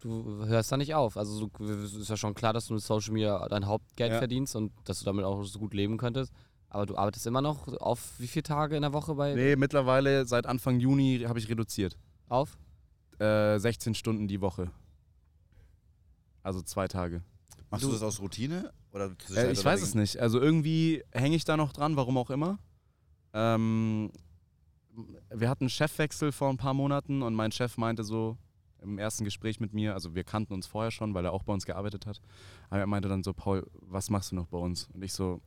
A: du hörst da nicht auf. Also du, es ist ja schon klar, dass du mit Social Media dein Hauptgeld
C: Ja.
A: verdienst und dass du damit auch so gut leben könntest. Aber du arbeitest immer noch auf wie viele Tage in der Woche bei
C: Nee, mittlerweile seit Anfang Juni habe ich reduziert.
A: auf?
C: äh, 16 Stunden die Woche. Also zwei Tage.
B: Machst du, das aus Routine? halt Oder
C: Äh, ich weiß es nicht. Also irgendwie hänge ich da noch dran, warum auch immer. Ähm, wir hatten einen Chefwechsel vor ein paar Monaten und mein Chef meinte so im ersten Gespräch mit mir, also wir kannten uns vorher schon, weil er auch bei uns gearbeitet hat, aber er meinte dann so, Paul, was machst du noch bei uns? Und ich so,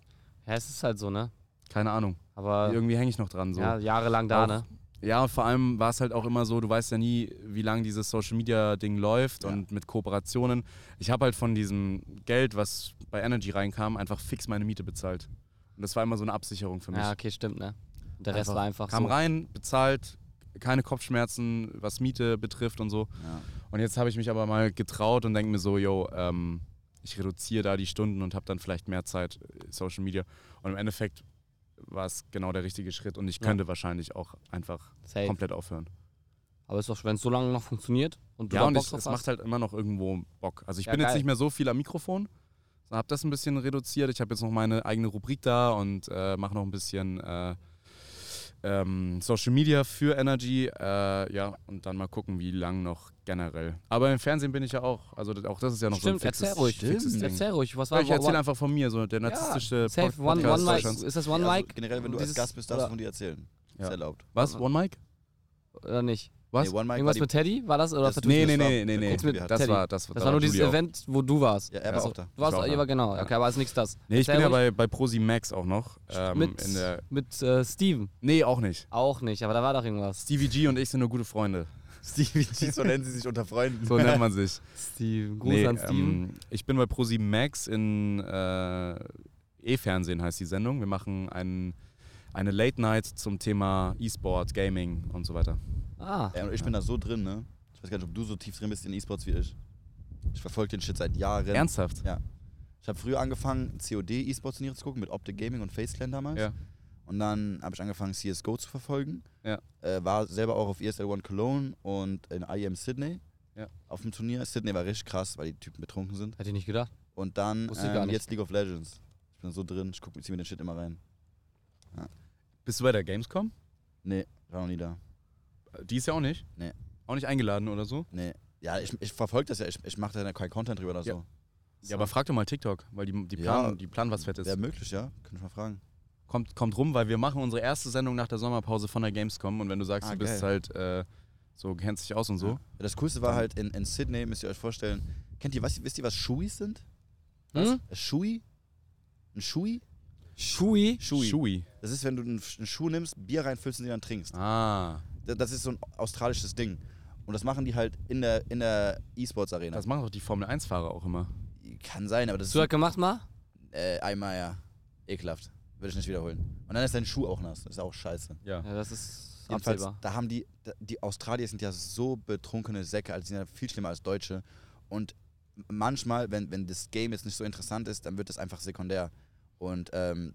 A: Ja, es ist halt so, ne?
C: keine Ahnung,
A: Aber
C: irgendwie hänge ich noch dran. So.
A: ja, jahrelang da,
C: Auch-
A: ne?
C: Ja, und vor allem war es halt auch immer so, du weißt ja nie, wie lange dieses Social Media Ding läuft
B: Ja.
C: und mit Kooperationen. Ich habe halt von diesem Geld, was bei Energy reinkam, einfach fix meine Miete bezahlt. Und das war immer so eine Absicherung für mich.
A: Ja, okay, stimmt, ne? Und der Rest
C: Einfach-
A: war einfach
C: Kam
A: so.
C: rein, bezahlt, keine Kopfschmerzen, was Miete betrifft und so.
B: Ja.
C: Und jetzt habe ich mich aber mal getraut und denke mir so, yo, ähm, ich reduziere da die Stunden und habe dann vielleicht mehr Zeit äh, Social Media. Und im Endeffekt war es genau der richtige Schritt und ich
A: Ja.
C: könnte wahrscheinlich auch einfach
A: Safe.
C: komplett aufhören.
A: Aber ist doch, wenn es so lange noch funktioniert und du
C: Ja,
A: da
C: und
A: Bock
C: ich,
A: drauf
C: es
A: hast.
C: macht halt immer noch irgendwo Bock. Also ich
A: Ja,
C: bin
A: geil.
C: jetzt nicht mehr so viel am Mikrofon, habe das ein bisschen reduziert. Ich habe jetzt noch meine eigene Rubrik da und äh, mache noch ein bisschen äh, ähm, Social Media für Energy. Äh, ja, und dann mal gucken, wie lang noch generell. Aber im Fernsehen bin ich ja auch. Also das- auch das ist ja noch
A: stimmt,
C: so ein fixes,
A: erzähl ruhig.
C: fixes Ding.
A: Erzähl ruhig, was war
C: Ja, ich erzähle einfach von mir, so der
A: Ja,
C: narzisstische
A: Safe,
C: Pod-
A: one,
C: Podcast
A: one
C: Deutschlands.
A: mic. Ist das One
B: Ja, also
A: Mic
B: generell, wenn du als
A: Dieses-
B: Gast bist, darfst du
A: oder-
B: von dir erzählen.
C: Ja.
B: Ist erlaubt.
C: Was? One Mic?
A: oder nicht?
C: Was?
B: Nee, One Mic war
A: Irgendwas
B: die-
A: mit Teddy? War das? Oder
B: Das-
A: vertue ich
C: nee,
A: mich?
C: nee,
B: das war-
C: nee, nee, nee.
A: Jetzt mit
C: Das
A: Teddy.
C: war, das war,
A: Das
C: da
A: war nur
C: Julia
A: dieses
C: auch.
A: Event, wo du warst. Also,
B: Ja, er war
C: Ja.
B: auch da.
A: Du warst,
C: Ich war auch
A: ja,
C: da.
A: genau.
C: Ja.
A: Okay, aber ist nichts das.
C: Nee, ich
A: Erzähl
C: bin ja
A: ruhig.
C: bei, bei Prosi Max auch noch. Ähm,
A: mit
C: in der,
A: mit äh, Steven.
C: nee, auch nicht.
A: Auch nicht, aber da war doch irgendwas.
C: Stevie G und ich sind nur gute Freunde.
B: Stevie G, so nennen sie sich unter Freunden.
C: So nennt man sich.
A: Steven. Gruß
C: Nee,
A: an Steven.
C: ähm, ich bin bei ProSieben Max in äh, E-Fernsehen heißt die Sendung. Wir machen einen, eine Late Night zum Thema E-Sport, Gaming und so weiter.
A: ah,
B: Ja, und ich bin da so drin, ne? Ich weiß gar nicht, ob du so tief drin bist in E-Sports wie ich. Ich verfolge den Shit seit Jahren.
C: Ernsthaft?
B: Ja. Ich habe früher angefangen, COD-E-Sports-Turniere zu gucken mit Optic Gaming und FaceClan damals.
C: Ja.
B: Und dann habe ich angefangen, CSGO zu verfolgen.
C: Ja.
B: Äh, war selber auch auf ESL One Cologne und in IEM Sydney.
C: Ja.
B: Auf dem Turnier. Sydney war richtig krass, weil die Typen betrunken sind.
A: hätte ich nicht gedacht.
B: Und dann
A: Wusste ich gar
B: ähm,
A: nicht.
B: jetzt League of Legends. Ich bin so drin, ich gucke mir den Shit immer rein.
C: Bist du bei der Gamescom?
B: Nee, war noch nie da.
C: Die ist ja auch nicht.
B: Nee.
C: Auch nicht eingeladen oder so.
B: Nee. Ja, ich, ich verfolge das ja. Ich, ich mache da ja kein Content drüber oder so.
C: Ja. Ja, aber frag doch mal TikTok, weil die, die,
B: Ja.
C: planen, die planen was Fettes.
B: Wäre möglich, ja. Könnte ich mal fragen.
C: Kommt, kommt rum, weil wir machen unsere erste Sendung nach der Sommerpause von der Gamescom und wenn du sagst,
B: Ah,
C: du bist
B: geil.
C: halt äh, so, kennst dich aus und so.
B: Ja. Das Coolste war halt in, in Sydney, müsst ihr euch vorstellen. Kennt ihr, was, wisst ihr, was Schuis sind?
A: Hm?
B: Ein Schui? Ein Schui?
A: Schui?
B: Schui.
C: Schui.
B: Das ist, wenn du einen, einen Schuh nimmst, Bier reinfüllst und den dann trinkst.
C: Ah,
B: Da- Das ist so ein australisches Ding. Und das machen die halt in der in der E-Sports-Arena.
C: das machen doch die Formel-1-Fahrer auch immer.
B: Kann sein, aber das
A: Hast du das
B: ist
A: gemacht mal?
B: äh, einmal ja ekelhaft. Würde ich nicht wiederholen. Und dann ist dein Schuh auch nass. Das ist auch scheiße.
A: Ja, das ist
B: Jedenfalls,
A: absehbar.
B: da haben die, da- die Australier sind ja so betrunkene Säcke, also die sind ja viel schlimmer als Deutsche. Und manchmal, wenn, wenn das Game jetzt nicht so interessant ist, dann wird das einfach sekundär. Und ähm,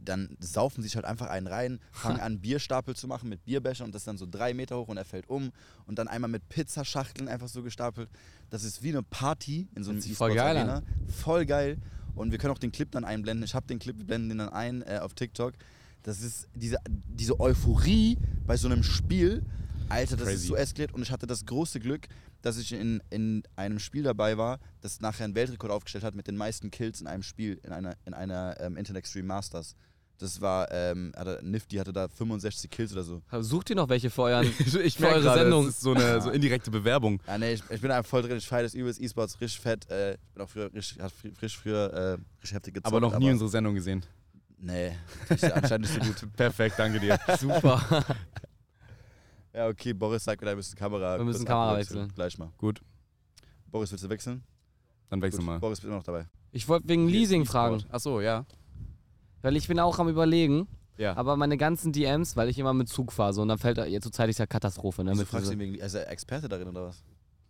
B: dann saufen sie sich halt einfach einen rein, fangen an, Bierstapel zu machen mit Bierbechern und das dann so drei Meter hoch und er fällt um. Und dann einmal mit Pizzaschachteln einfach so gestapelt. Das ist wie eine Party in so einem
A: Hört sich voll geil
B: E-Sports-Arena. Voll geil. Und wir können auch den Clip dann einblenden. Ich habe den Clip, wir blenden den dann ein äh, auf TikTok. Das ist diese, diese Euphorie bei so einem Spiel. Alter, das ist
C: Crazy.
B: so eskaliert. Und ich hatte das große Glück, dass ich in, in einem Spiel dabei war, das nachher einen Weltrekord aufgestellt hat mit den meisten Kills in einem Spiel, in einer, in einer ähm, Internet Extreme Masters. Das war, ähm, hatte, Nifty hatte da 65 Kills oder so.
A: Sucht ihr noch welche für euren
C: Ich
A: Für eure
C: merke gerade,
A: Sendung.
C: das ist so eine so indirekte Bewerbung.
B: Ja, Ah, nee, ich, ich bin einfach voll drin, ich feiere das übelst E-Sports richtig fett. Äh, ich bin auch früher richtig, hat fri- frisch früher äh, richtig heftig gezockt.
C: Aber noch nie unsere Sendung gesehen.
B: Nee, ich, anscheinend nicht so gut.
C: Perfekt, danke dir.
A: Super.
B: Ja, okay, Boris sagt wieder, wir müssen Kamera.
A: Wir müssen
B: kurz
A: Kamera
B: abwechseln.
A: wechseln.
B: Gleich mal.
C: Gut.
B: Boris, willst du wechseln?
C: Dann wechsel
B: Gut,
C: mal.
B: Boris, bist immer noch dabei.
A: Ich wollte wegen Leasing fragen,
C: Achso, ja.
A: weil ich bin auch am überlegen,
C: Ja.
A: aber meine ganzen DMs, weil ich immer mit Zug fahre so, und dann fällt er, ja, zurzeit ist ja Katastrophe. Ne,
B: Wieso
A: mit
B: fragst du
A: diese,
B: ihn wegen, ist er Experte darin oder was?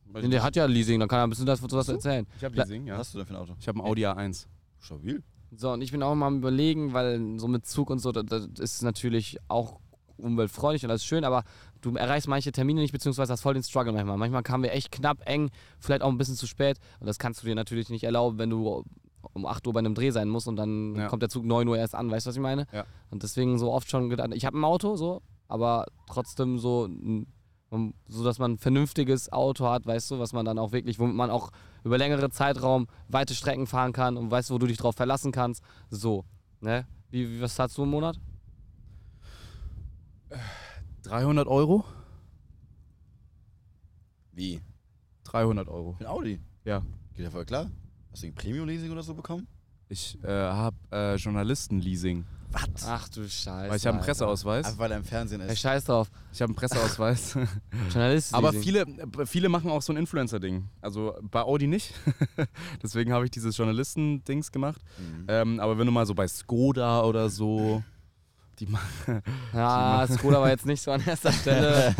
A: Nee, der hat ja Leasing, dann kann er ein bisschen das, was erzählen.
C: ich habe Leasing,
B: Was
C: ja.
B: hast du denn für ein Auto?
C: Ich habe ein Audi A1.
B: Stabil.
A: So, und ich bin auch immer am überlegen, weil so mit Zug und so, das, das ist natürlich auch umweltfreundlich und das ist schön, aber du erreichst manche Termine nicht, beziehungsweise hast voll den Struggle manchmal. Manchmal kamen wir echt knapp, eng, vielleicht auch ein bisschen zu spät und das kannst du dir natürlich nicht erlauben, wenn du um 8 Uhr bei einem Dreh sein musst und dann
C: Ja.
A: kommt der Zug 9 Uhr erst an, weißt du, was ich meine?
C: Ja.
A: Und deswegen so oft schon gedacht, ich habe ein Auto, so, aber trotzdem so, n- um- so, dass man ein vernünftiges Auto hat, weißt du, was man dann auch wirklich, womit man auch über längere Zeitraum weite Strecken fahren kann und weißt, wo du dich drauf verlassen kannst. So, ne? Wie, wie was zahlst du im Monat?
C: 300 Euro?
B: Wie?
C: 300 Euro.
B: Für ein Audi?
C: Ja.
B: Geht ja voll klar. Hast du ein Premium-Leasing oder so bekommen?
C: Ich äh, habe äh, Journalistenleasing.
B: Was?
A: Ach du Scheiße.
C: Weil ich habe einen
A: Alter.
C: Presseausweis.
B: Einfach weil er im Fernsehen
A: Ey,
B: ist.
A: scheiß drauf.
C: Ich habe einen Presseausweis.
A: Journalist.
C: Aber viele, viele machen auch so ein Influencer-Ding. Also bei Audi nicht. Deswegen habe ich dieses Journalisten-Dings gemacht.
B: Mhm.
C: Ähm, aber wenn du mal so bei Skoda oder so. Die machen,
A: Ja, Skoda war jetzt nicht so an erster Stelle.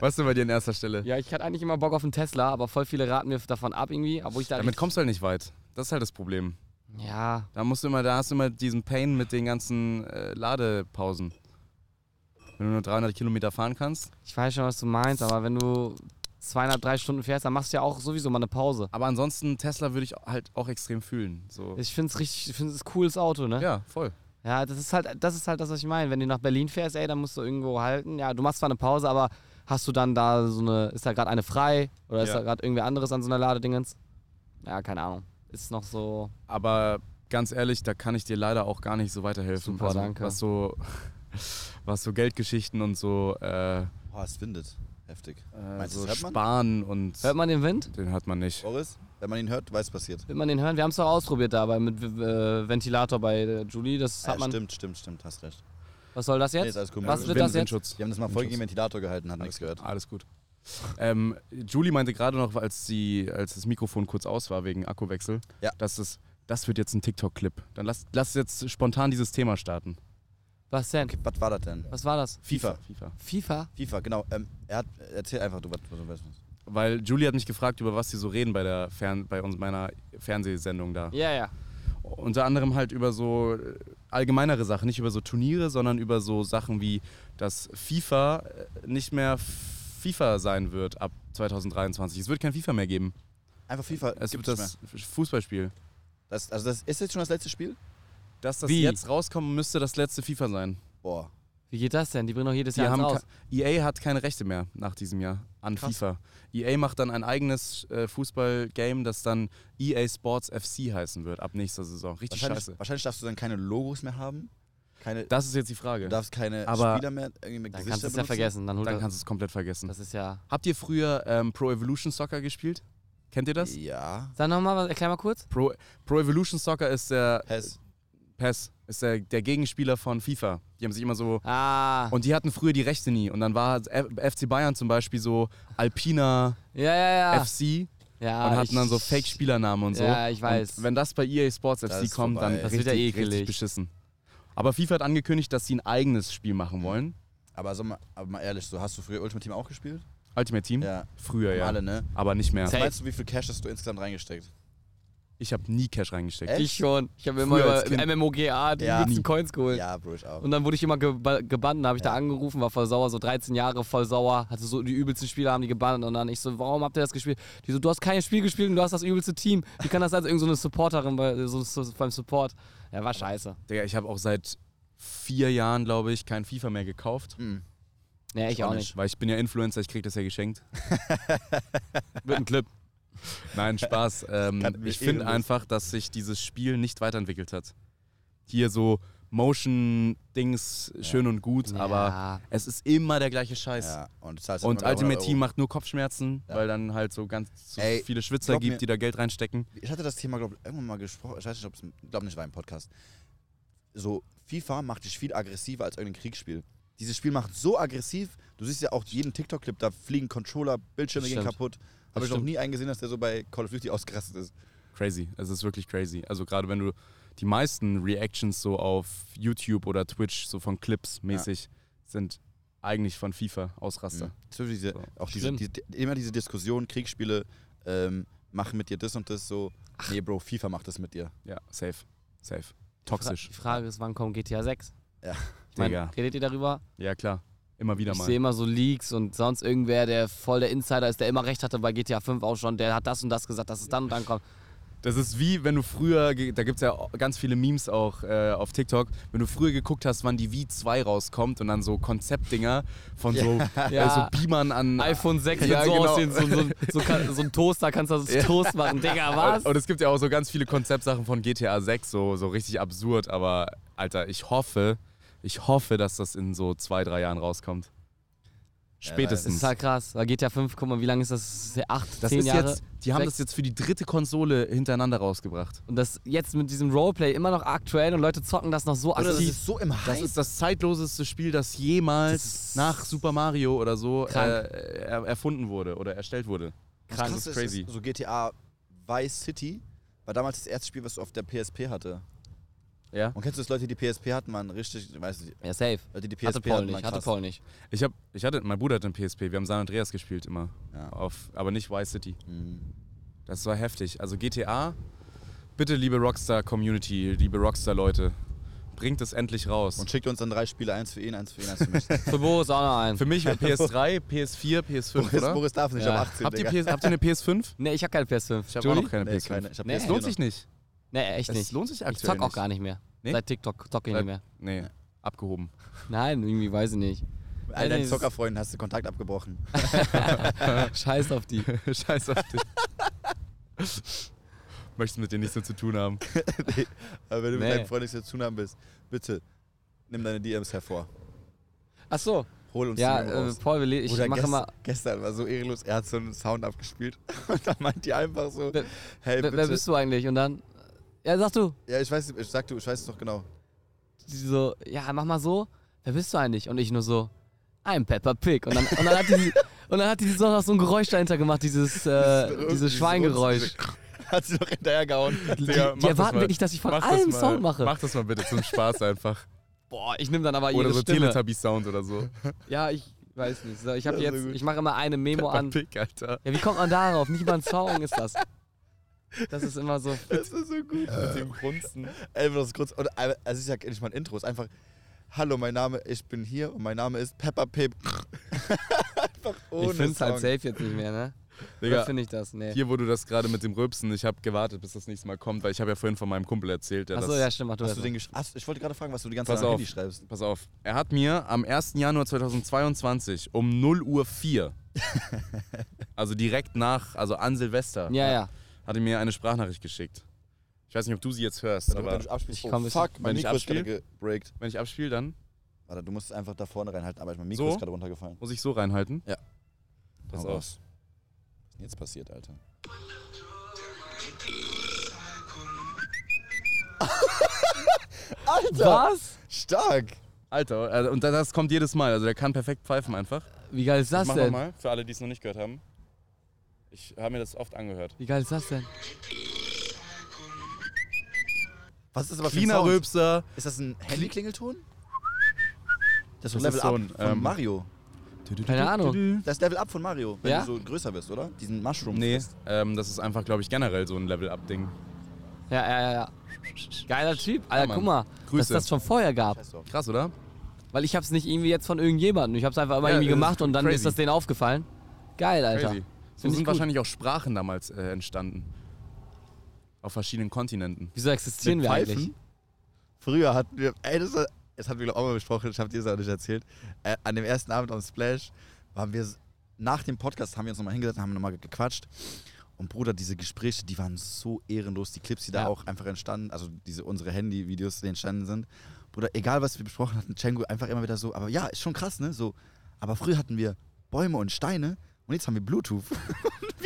C: was sind bei dir an erster Stelle?
A: ja, ich hatte eigentlich immer Bock auf einen Tesla, aber voll viele raten mir davon ab irgendwie. Obwohl ich da
C: Damit kommst du halt nicht weit. Das ist halt das Problem.
A: Ja,
C: Da musst du immer, da hast du immer diesen Pain mit den ganzen äh, Ladepausen. Wenn du nur 300 Kilometer fahren kannst.
A: ich weiß schon, was du meinst, aber wenn du zweieinhalb, drei Stunden fährst, dann machst du ja auch sowieso mal eine Pause.
C: Aber ansonsten, Tesla würde ich halt auch extrem fühlen. So.
A: Ich find's richtig, ich find's ein cooles Auto, ne?
C: Ja, voll.
A: Ja, das ist halt, das ist halt das, was ich meine. Wenn du nach Berlin fährst, ey, dann musst du irgendwo halten. Ja, du machst zwar eine Pause, aber hast du dann da so eine, ist da gerade eine frei oder ist
C: Ja.
A: da gerade irgendwer anderes an so einer Ladedingens? Ja, keine Ahnung. Ist noch so.
C: Aber ganz ehrlich, da kann ich dir leider auch gar nicht so weiterhelfen. Also,
A: Super, danke.
C: Was so, was so Geldgeschichten und so, äh, äh,
B: Boah, es windet. Heftig. Meinst du,
C: so
B: das hört man?
C: Sparen und
A: Hört man den Wind?
C: den hört man nicht.
B: Boris, wenn man ihn hört, weiß, was passiert.
A: Will man den hören? Wir haben es doch ausprobiert da bei, mit äh, Ventilator bei äh, Julie. Das hat
B: Ja,
A: man.
B: stimmt, stimmt, stimmt, hast recht.
A: Was soll das
B: Nee,
A: jetzt?
B: ist alles cool.
A: Was
B: Wir-
A: wird das jetzt?
C: Windschutz.
B: Wir haben das mal voll gegen den Ventilator gehalten, hat
C: Alles
B: nichts gehört.
C: Alles gut. Ähm, Julie meinte gerade noch, als, sie, als das Mikrofon kurz aus war wegen Akkuwechsel,
B: Ja.
C: dass es, das wird jetzt ein TikTok-Clip. Dann lass, lass jetzt spontan dieses Thema starten.
A: Was denn?
B: Okay, was war das denn?
A: Was war das?
B: FIFA.
C: FIFA.
A: FIFA?
B: FIFA, genau. Ähm, er hat, erzähl einfach, du was was du weißt.
C: Weil Julie hat mich gefragt, über was sie so reden bei, der Fern bei uns, meiner Fernsehsendung da.
A: Ja, ja.
C: Unter anderem halt über so äh, allgemeinere Sachen, nicht über so Turniere, sondern über so Sachen wie, dass FIFA äh, nicht mehr FIFA sein wird ab 2023. Es wird kein FIFA mehr geben.
B: Einfach FIFA.
C: Es
B: gibt's
C: gibt
B: nicht
C: das Fußballspiel.
B: mehr. das. Also, das ist jetzt schon das letzte Spiel?
C: Dass das
A: Wie?
C: jetzt rauskommen müsste, das letzte FIFA sein.
B: Boah.
A: Wie geht das denn? Die bringen doch jedes
C: Die
A: Jahr
C: haben
A: eins
C: ke-
A: raus.
C: EA hat keine Rechte mehr nach diesem Jahr an
B: Krass.
C: FIFA. EA macht dann ein eigenes äh, Fußballgame, das dann EA Sports FC heißen wird ab nächster Saison. Richtig
B: Wahrscheinlich,
C: scheiße.
B: wahrscheinlich darfst du dann keine Logos mehr haben. Keine,
C: Das ist jetzt die
B: du
C: Frage.
B: darfst keine
C: Aber-
B: Spieler mehr irgendwie mit
A: Dann
B: Gesichter
A: kannst du es ja
B: benutzen.
A: vergessen. Dann holt
C: Dann
A: er-
C: kannst du es komplett vergessen.
A: Das ist ja.
C: Habt ihr früher ähm, Pro Evolution Soccer gespielt? Kennt ihr das?
B: Ja.
A: Sag nochmal, was- erklär mal kurz.
C: Pro, Pro Evolution Soccer ist der
B: Pass.
C: PES, ist der, der Gegenspieler von FIFA. Die haben sich immer so.
A: Ah.
C: Und die hatten früher die Rechte nie. Und dann war F FC Bayern zum Beispiel so Alpina
A: ja, ja, ja.
C: FC
A: ja
C: und hatten dann so
A: Ah. ich-
C: Fake-Spielernamen und so.
A: Ja, ich weiß.
C: Und wenn das bei EA Sports FC
B: ist
C: kommt, dann
B: vorbei.
A: Das wird ja
C: richtig,
A: ekelig.
C: richtig beschissen. Aber FIFA hat angekündigt, dass sie ein eigenes Spiel machen wollen.
B: Aber, so mal, aber mal ehrlich, so hast du früher Ultimate Team auch gespielt?
C: Ultimate Team?
B: Ja.
C: Früher, Hm? ja.
B: Alle, ne?
C: Aber nicht mehr.
B: Was meinst du, wie viel Cash hast du insgesamt reingesteckt?
C: Ich habe nie Cash reingesteckt.
B: Echt?
A: Ich schon. Ich habe mir
C: Früher
A: immer
C: als
A: über
C: Kind.
A: MMOGA die
B: Ja.
A: letzten Coins geholt.
B: Ja, Bro, ich auch.
A: Und dann wurde ich immer ge gebannt, habe ich da
B: Ja.
A: angerufen, war voll sauer, so 13 Jahre voll sauer, hatte so die übelsten Spieler, haben die gebannt und dann ich so, warum habt ihr das gespielt? Die so, du hast kein Spiel gespielt und du hast das übelste Team. Wie kann das als irgendeine so eine Supporterin bei, so, so, beim Support? Ja, war scheiße.
C: Digga, ich habe auch seit vier Jahren, glaube ich, kein FIFA mehr gekauft.
B: Mhm.
A: Ja, ich auch nicht.
C: Weil ich bin ja Influencer, ich krieg das ja geschenkt. Mit einem Clip. Nein, Spaß. Ähm,
B: kann mir
C: ich finde
B: ehrenlos.
C: einfach, dass sich dieses Spiel nicht weiterentwickelt hat. Hier so Motion-Dings, schön und gut, aber
A: ja,
C: es ist immer der gleiche Scheiß.
B: Ja, und das heißt,
C: Und Ultimate Team macht nur Kopfschmerzen,
B: Ja.
C: weil dann halt so ganz so
B: Ey,
C: viele Schwitzer
B: glaub
C: gibt,
B: mir-
C: die da Geld reinstecken.
B: Ich hatte das Thema, glaube ich, irgendwann mal gesprochen. Ich weiß nicht, ob es. glaube nicht, war im Podcast. So, FIFA macht dich viel aggressiver als irgendein Kriegsspiel. Dieses Spiel macht so aggressiv. Du siehst ja auch jeden TikTok-Clip, da fliegen Controller, Bildschirme gehen
A: Stimmt.
B: kaputt. Habe ich noch
A: stimmt.
B: nie einen gesehen, dass der so bei Call of Duty ausgerastet ist.
C: Crazy. Es ist wirklich crazy. Also gerade wenn du die meisten Reactions so auf YouTube oder Twitch, so von Clips mäßig, sind eigentlich von FIFA Ausraster.
B: Mhm. So diese,
C: So.
B: Auch diese,
A: Schlimm.
B: die, die- immer diese Diskussion, Kriegsspiele ähm, machen mit dir das und das so. Nee, Bro, FIFA macht das mit dir.
A: Mhm.
C: Ja, safe. Safe. Toxisch.
A: Die Frage ist, wann kommt GTA 6?
B: Ja.
A: Ich mein,
C: Digga.
A: redet ihr darüber?
C: Ja, klar. Immer wieder
A: ich
C: mal.
A: sehe immer so Leaks und sonst irgendwer, der voll der Insider ist, der immer recht hatte bei GTA 5 auch schon, der hat das und das gesagt, dass es dann und dann kommt.
C: Das ist wie, wenn du früher, ge- da gibt es ja auch ganz viele Memes auch äh, auf TikTok, wenn du früher geguckt hast, wann die V2 rauskommt und dann so Konzeptdinger von so, äh, so
A: Ja.
C: Beamern an.
A: iPhone 6
C: Ja,
A: wird so
C: genau.
A: aussehen, so, so, so, kann, so ein Toaster kannst du das Toast machen. Digga, was?
C: Und es gibt ja auch so ganz viele Konzeptsachen von GTA 6, so, so richtig absurd, aber Alter, ich hoffe, ich hoffe, dass das in so zwei, drei Jahren rauskommt.
B: Ja,
A: Das
C: Spätestens.
A: ist halt krass. Weil GTA 5, guck mal, wie lange ist das? Das ist ja acht,
C: das
A: zehn
C: ist
A: Jahre.
C: jetzt, die haben
A: sechs.
C: das jetzt für die dritte Konsole hintereinander rausgebracht.
A: Und das jetzt mit diesem Roleplay immer noch aktuell und Leute zocken Also das noch so
B: Oder das
A: aktiv.
B: ist so im
C: Das
B: Hype.
C: ist das zeitloseste Spiel, das jemals
A: Das ist
C: nach Super Mario oder so äh,
A: krank.
C: er, erfunden wurde oder erstellt wurde.
B: Das
A: krank,
B: Krasse
C: ist crazy.
B: so GTA Vice City war damals das erste Spiel, was du auf der PSP hatte.
C: Ja.
B: Und kennst du das, Leute, die PSP hatten, waren richtig, weißt du, die-
A: Ja, safe.
B: Leute, die PSP
A: Hatte Paul
B: hatten,
A: nicht,
B: waren
A: hatte
B: krass.
A: Paul nicht.
C: Ich hab, ich hatte, mein Bruder hatte einen PSP, wir haben San Andreas gespielt immer.
B: Ja.
C: Auf, aber nicht Vice City.
B: Mhm.
C: Das war heftig. Also GTA, bitte liebe Rockstar-Community, liebe Rockstar-Leute, bringt es endlich raus.
B: Und schickt uns dann drei Spiele, eins für ihn, eins für ihn, eins für mich.
A: Für Bo ist auch noch ein.
C: für mich war PS3, PS4, PS5,
B: Boris,
C: oder?
B: Boris darf nicht,
A: Ja.
B: ab 18,
C: habt, ihr
B: Digga.
C: PS, habt ihr eine PS5?
A: Nee, ich hab keine PS5.
C: Ich habe auch
A: Juli?
C: noch keine
B: Nee,
C: PS5.
B: keine, ich hab
A: Nee.
B: PS4
C: Es lohnt sich nicht.
A: Nee, echt
C: Es
A: nicht.
C: lohnt sich
A: Ich
C: aktuell
A: zock auch
C: nicht.
A: gar nicht mehr.
C: Nee?
A: Seit TikTok zocke ich nicht
C: Seit-
A: mehr.
C: Nee, abgehoben.
A: Nein, irgendwie weiß ich nicht.
B: Mit all deinen
A: Nee,
B: Zockerfreunden hast du Kontakt abgebrochen.
A: Scheiß auf die.
C: Scheiß auf dich. Möchtest mit dir nichts mehr zu tun haben.
B: Aber wenn du mit
A: Nee.
B: deinem Freund nichts zu tun haben bist, bitte, nimm deine DMs hervor.
A: Ach so.
B: Hol uns
A: Ja,
B: die Memo
A: äh,
B: raus.
A: Paul, wir le- ich
B: Bruder,
A: mache
B: gest-
A: mal.
B: gestern war so ehrenlos, er hat so einen Sound abgespielt und dann meint die einfach so,
A: Wer-
B: hey,
A: Wer,
B: bitte.
A: wer bist du eigentlich? Und dann. Ja, sag du.
B: Ja, ich weiß, ich sag du, ich weiß es doch genau.
A: sie so, ja, mach mal so, wer bist du eigentlich? Und ich nur so, I'm Peppa Pig. Und dann, und dann hat die, und dann hat die so noch so ein Geräusch dahinter gemacht, dieses, äh, dieses Schweingeräusch.
B: Hat sie doch hinterhergehauen.
A: Die, die
C: Digga, mach das
A: erwarten
C: mal.
A: wirklich, dass ich von
C: Mach das
A: allem
C: mal.
A: Sound mache.
C: Mach das mal bitte zum Spaß einfach.
A: Boah, ich nehme dann aber
C: Oder
A: ihre
C: so
A: Stimme.
C: Teletubby-Sound oder so.
A: Ja, ich weiß nicht. So, ich habe
B: Das ist
A: jetzt,
B: so gut.
A: ich mache immer eine Memo an.
C: Pick, Alter.
A: Ja, wie kommt man darauf? Nicht mal ein Song ist das. Das ist immer so.
B: Das ist so gut.
C: Mit dem Grunzen.
B: Ey, das ist kurz. Und, äh, es ist ja nicht mal ein Intro, es ist einfach. Hallo, mein Name, ich bin hier und mein Name ist Peppa Pip. einfach
A: ich
B: ohne
A: finde es halt
B: Song.
A: safe jetzt nicht mehr, ne? Oder
C: Digga,
A: finde ich das? Nee.
C: Hier, wo du das gerade mit dem Rülpsen, ich habe gewartet, bis das nächste Mal kommt, weil ich habe ja vorhin von meinem Kumpel erzählt, der
A: Achso,
C: das...
A: ja, stimmt, mach du
B: Hast
A: das.
B: du den gesch- hast, Ich wollte gerade fragen, was du die ganze
C: also. Pass
B: Zeit am
C: auf.
B: Handy schreibst.
C: Pass auf, er hat mir am 1. Januar 2022 um 0 Uhr 4, also direkt nach, also an Silvester,
A: Ja, ja.
C: hat er mir eine Sprachnachricht geschickt. Ich weiß nicht, ob du sie jetzt hörst,
B: Wenn du, wenn
C: aber
B: du abspielst,
A: Ich komm
B: oh,
A: bis-
B: fuck, mein
C: wenn ich
B: Mikro ist gerade
C: abspiel?
B: gebreakt.
C: wenn ich abspiele, dann
B: Warte, du musst es einfach da vorne reinhalten, aber mein Mikro
C: So?
B: ist gerade runtergefallen.
C: muss ich so reinhalten.
B: Ja.
C: Pass
B: Hau
C: auf.
B: raus. Was ist denn jetzt passiert, Alter? Alter!
A: Was?
B: Stark!
C: Alter, also- und das kommt jedes Mal, also der kann perfekt pfeifen einfach.
A: Wie geil ist das
C: Mach
A: denn?
C: mal, für alle, die es noch nicht gehört haben. Ich habe mir das oft angehört.
A: Wie geil ist das denn?
B: Was ist aber für ein
C: Cleaner
B: Sound?
C: Rülpser.
B: Ist das ein Handyklingelton? Das ist so
C: Das
B: Level
C: ist so ein,
B: Up von
C: ähm,
B: Mario.
A: Keine Ahnung.
B: Das ist Level Up von Mario, wenn
A: Ja?
B: du so größer wirst, oder? Diesen Mushroom.
C: Nee,
B: frisst.
C: ähm, das ist einfach, glaube ich, generell so ein Level-Up-Ding.
A: Ja, ja, ja, ja. Geiler Typ. Alter,
C: Mann.
A: guck mal, dass
C: Grüße.
A: das schon vorher gab.
B: Scheiß drauf.
C: Krass, oder?
A: Weil ich hab's nicht irgendwie jetzt von irgendjemandem. Ich hab's einfach immer
C: Ja,
A: irgendwie
C: das ist
A: gemacht und dann
C: crazy.
A: ist das denen aufgefallen. Geil, Alter.
C: Crazy. So
A: Find ich
C: sind
A: gut.
C: wahrscheinlich auch Sprachen damals äh, entstanden. Auf verschiedenen Kontinenten.
A: Wieso existieren
B: Mit
A: wir
B: Pfeifen?
A: eigentlich?
B: Früher hatten wir, ey, das, war- das hatten wir glaub, auch mal besprochen, das habt ihr es auch nicht erzählt. Äh, an dem ersten Abend am Splash waren wir, s- nach dem Podcast haben wir uns nochmal hingesetzt und haben nochmal gequatscht. Und Bruder, diese Gespräche, die waren so ehrenlos. Die Clips, die da
A: Ja.
B: auch einfach entstanden, also diese unsere Handy-Videos, die entstanden sind. Bruder, egal was wir besprochen hatten, Django einfach immer wieder so, aber ja, ist schon krass, ne? So, aber früher hatten wir Bäume und Steine und jetzt haben wir Bluetooth.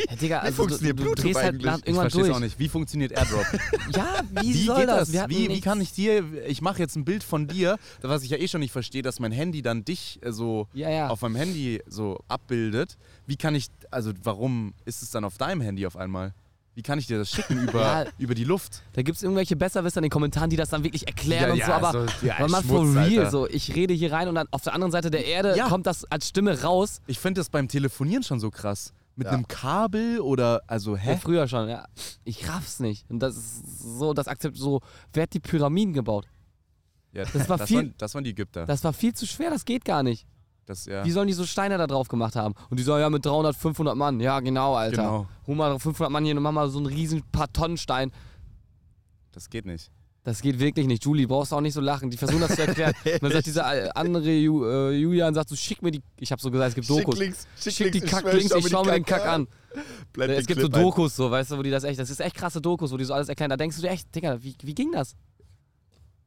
A: Ja, Digga, also du,
B: funktioniert
A: du
B: Bluetooth
A: drehst halt
B: eigentlich?
A: nach,
C: Ich
A: irgendwann
C: verstehe
A: durch.
C: es auch nicht. Wie funktioniert Airdrop?
A: Ja, wie,
C: Wie
A: soll
C: geht
A: das?
C: das?
A: Wir hatten
C: Wie, wie
A: nichts.
C: kann ich dir, ich mache jetzt ein Bild von dir, was ich ja eh schon nicht verstehe, dass mein Handy dann dich äh, so
A: Ja, ja.
C: auf meinem Handy so abbildet. Wie kann ich, also warum ist es dann auf deinem Handy auf einmal? Wie kann ich dir das schicken über,
A: Ja.
C: über die Luft?
A: Da gibt's irgendwelche Besserwisser in den Kommentaren, die das dann wirklich erklären
C: Ja,
A: und
C: ja,
A: so, aber
C: so- ja,
A: weil man
C: Schmutz,
A: for real
C: Alter.
A: so, ich rede hier rein und dann auf der anderen Seite der Erde
C: Ja.
A: kommt das als Stimme raus.
C: Ich finde das beim Telefonieren schon so krass. Mit
B: Ja.
C: einem Kabel oder, also
A: Ja,
C: hä?
A: früher schon, ja. Ich raff's nicht. Und das ist so, das Akzept so, wer hat die Pyramiden gebaut?
C: Ja,
A: Das war viel-
C: Waren, das waren die Ägypter.
A: Das war viel zu schwer, das geht gar nicht.
C: Das, ja.
A: Wie sollen die so Steine da drauf gemacht haben? Und die sollen ja mit 300, 500 Mann. Ja, genau, Alter.
C: Genau.
A: Hol mal 500 Mann hier und mach mal so einen riesen paar Tonnen Stein.
C: das geht nicht.
A: Das geht wirklich nicht. Julie, brauchst auch nicht so lachen. Die versuchen das zu erklären. Und dann sagt dieser andere Ju, äh, Julian, sagt so, schick mir die, ich hab so gesagt, es gibt Dokus.
B: Links, schick,
A: Schick die
B: Links,
A: Kack links, ich schau mir den Kack an.
B: Bleib
A: es gibt so Dokus, so, weißt du, wo die das echt, das ist echt krasse Dokus, wo die so alles erklären. Da denkst du dir echt, Digga, wie, wie ging das?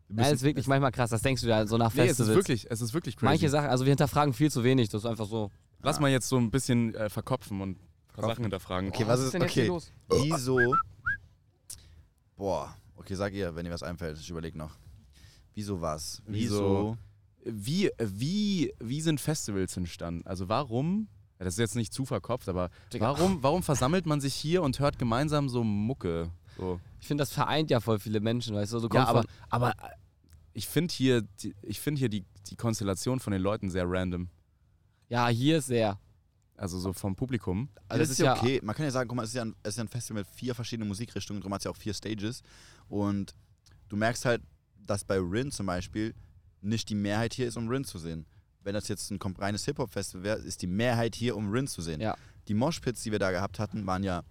A: Ja, das ist wirklich manchmal krass, das denkst du dir halt so nach
C: Nee, es ist
A: Festivals.
C: wirklich, es ist wirklich crazy.
A: Manche Sachen, also wir hinterfragen viel zu wenig, das ist einfach so.
C: Lass mal jetzt so ein bisschen äh, verkopfen und ein paar
B: Verkopfen.
C: Sachen hinterfragen.
B: Okay, was ist, okay, Äh, wieso, boah, okay, sag ihr, wenn ihr was einfällt, ich überleg noch. Wieso was?
C: Wieso? Wie, wie, wie sind Festivals entstanden? Also warum, ja, das ist jetzt nicht zu verkopft, aber
A: Digga.
C: warum, warum versammelt man sich hier und hört gemeinsam so Mucke? So.
A: Ich finde, das vereint ja voll viele Menschen, weißt du, du
C: Ja,
A: kommst
C: aber,
A: von-
C: aber äh, ich finde hier, die, ich find hier die, die Konstellation von den Leuten sehr random.
A: ja, hier ist er.
C: Also so vom Publikum.
A: Das
B: Also das ist
A: ist
B: ja
A: ja-
B: okay. Man kann ja sagen, guck mal, es ist ja ein, es ist ja ein Festival mit vier verschiedenen Musikrichtungen, drum hat es ja auch vier Stages. Und du merkst halt, dass bei Rin zum Beispiel nicht die Mehrheit hier ist, um Rin zu sehen. Wenn das jetzt ein kom- reines Hip-Hop-Festival wäre, ist die Mehrheit hier, um Rin zu sehen.
A: Ja.
B: Die Moshpits, die wir da gehabt hatten, waren ja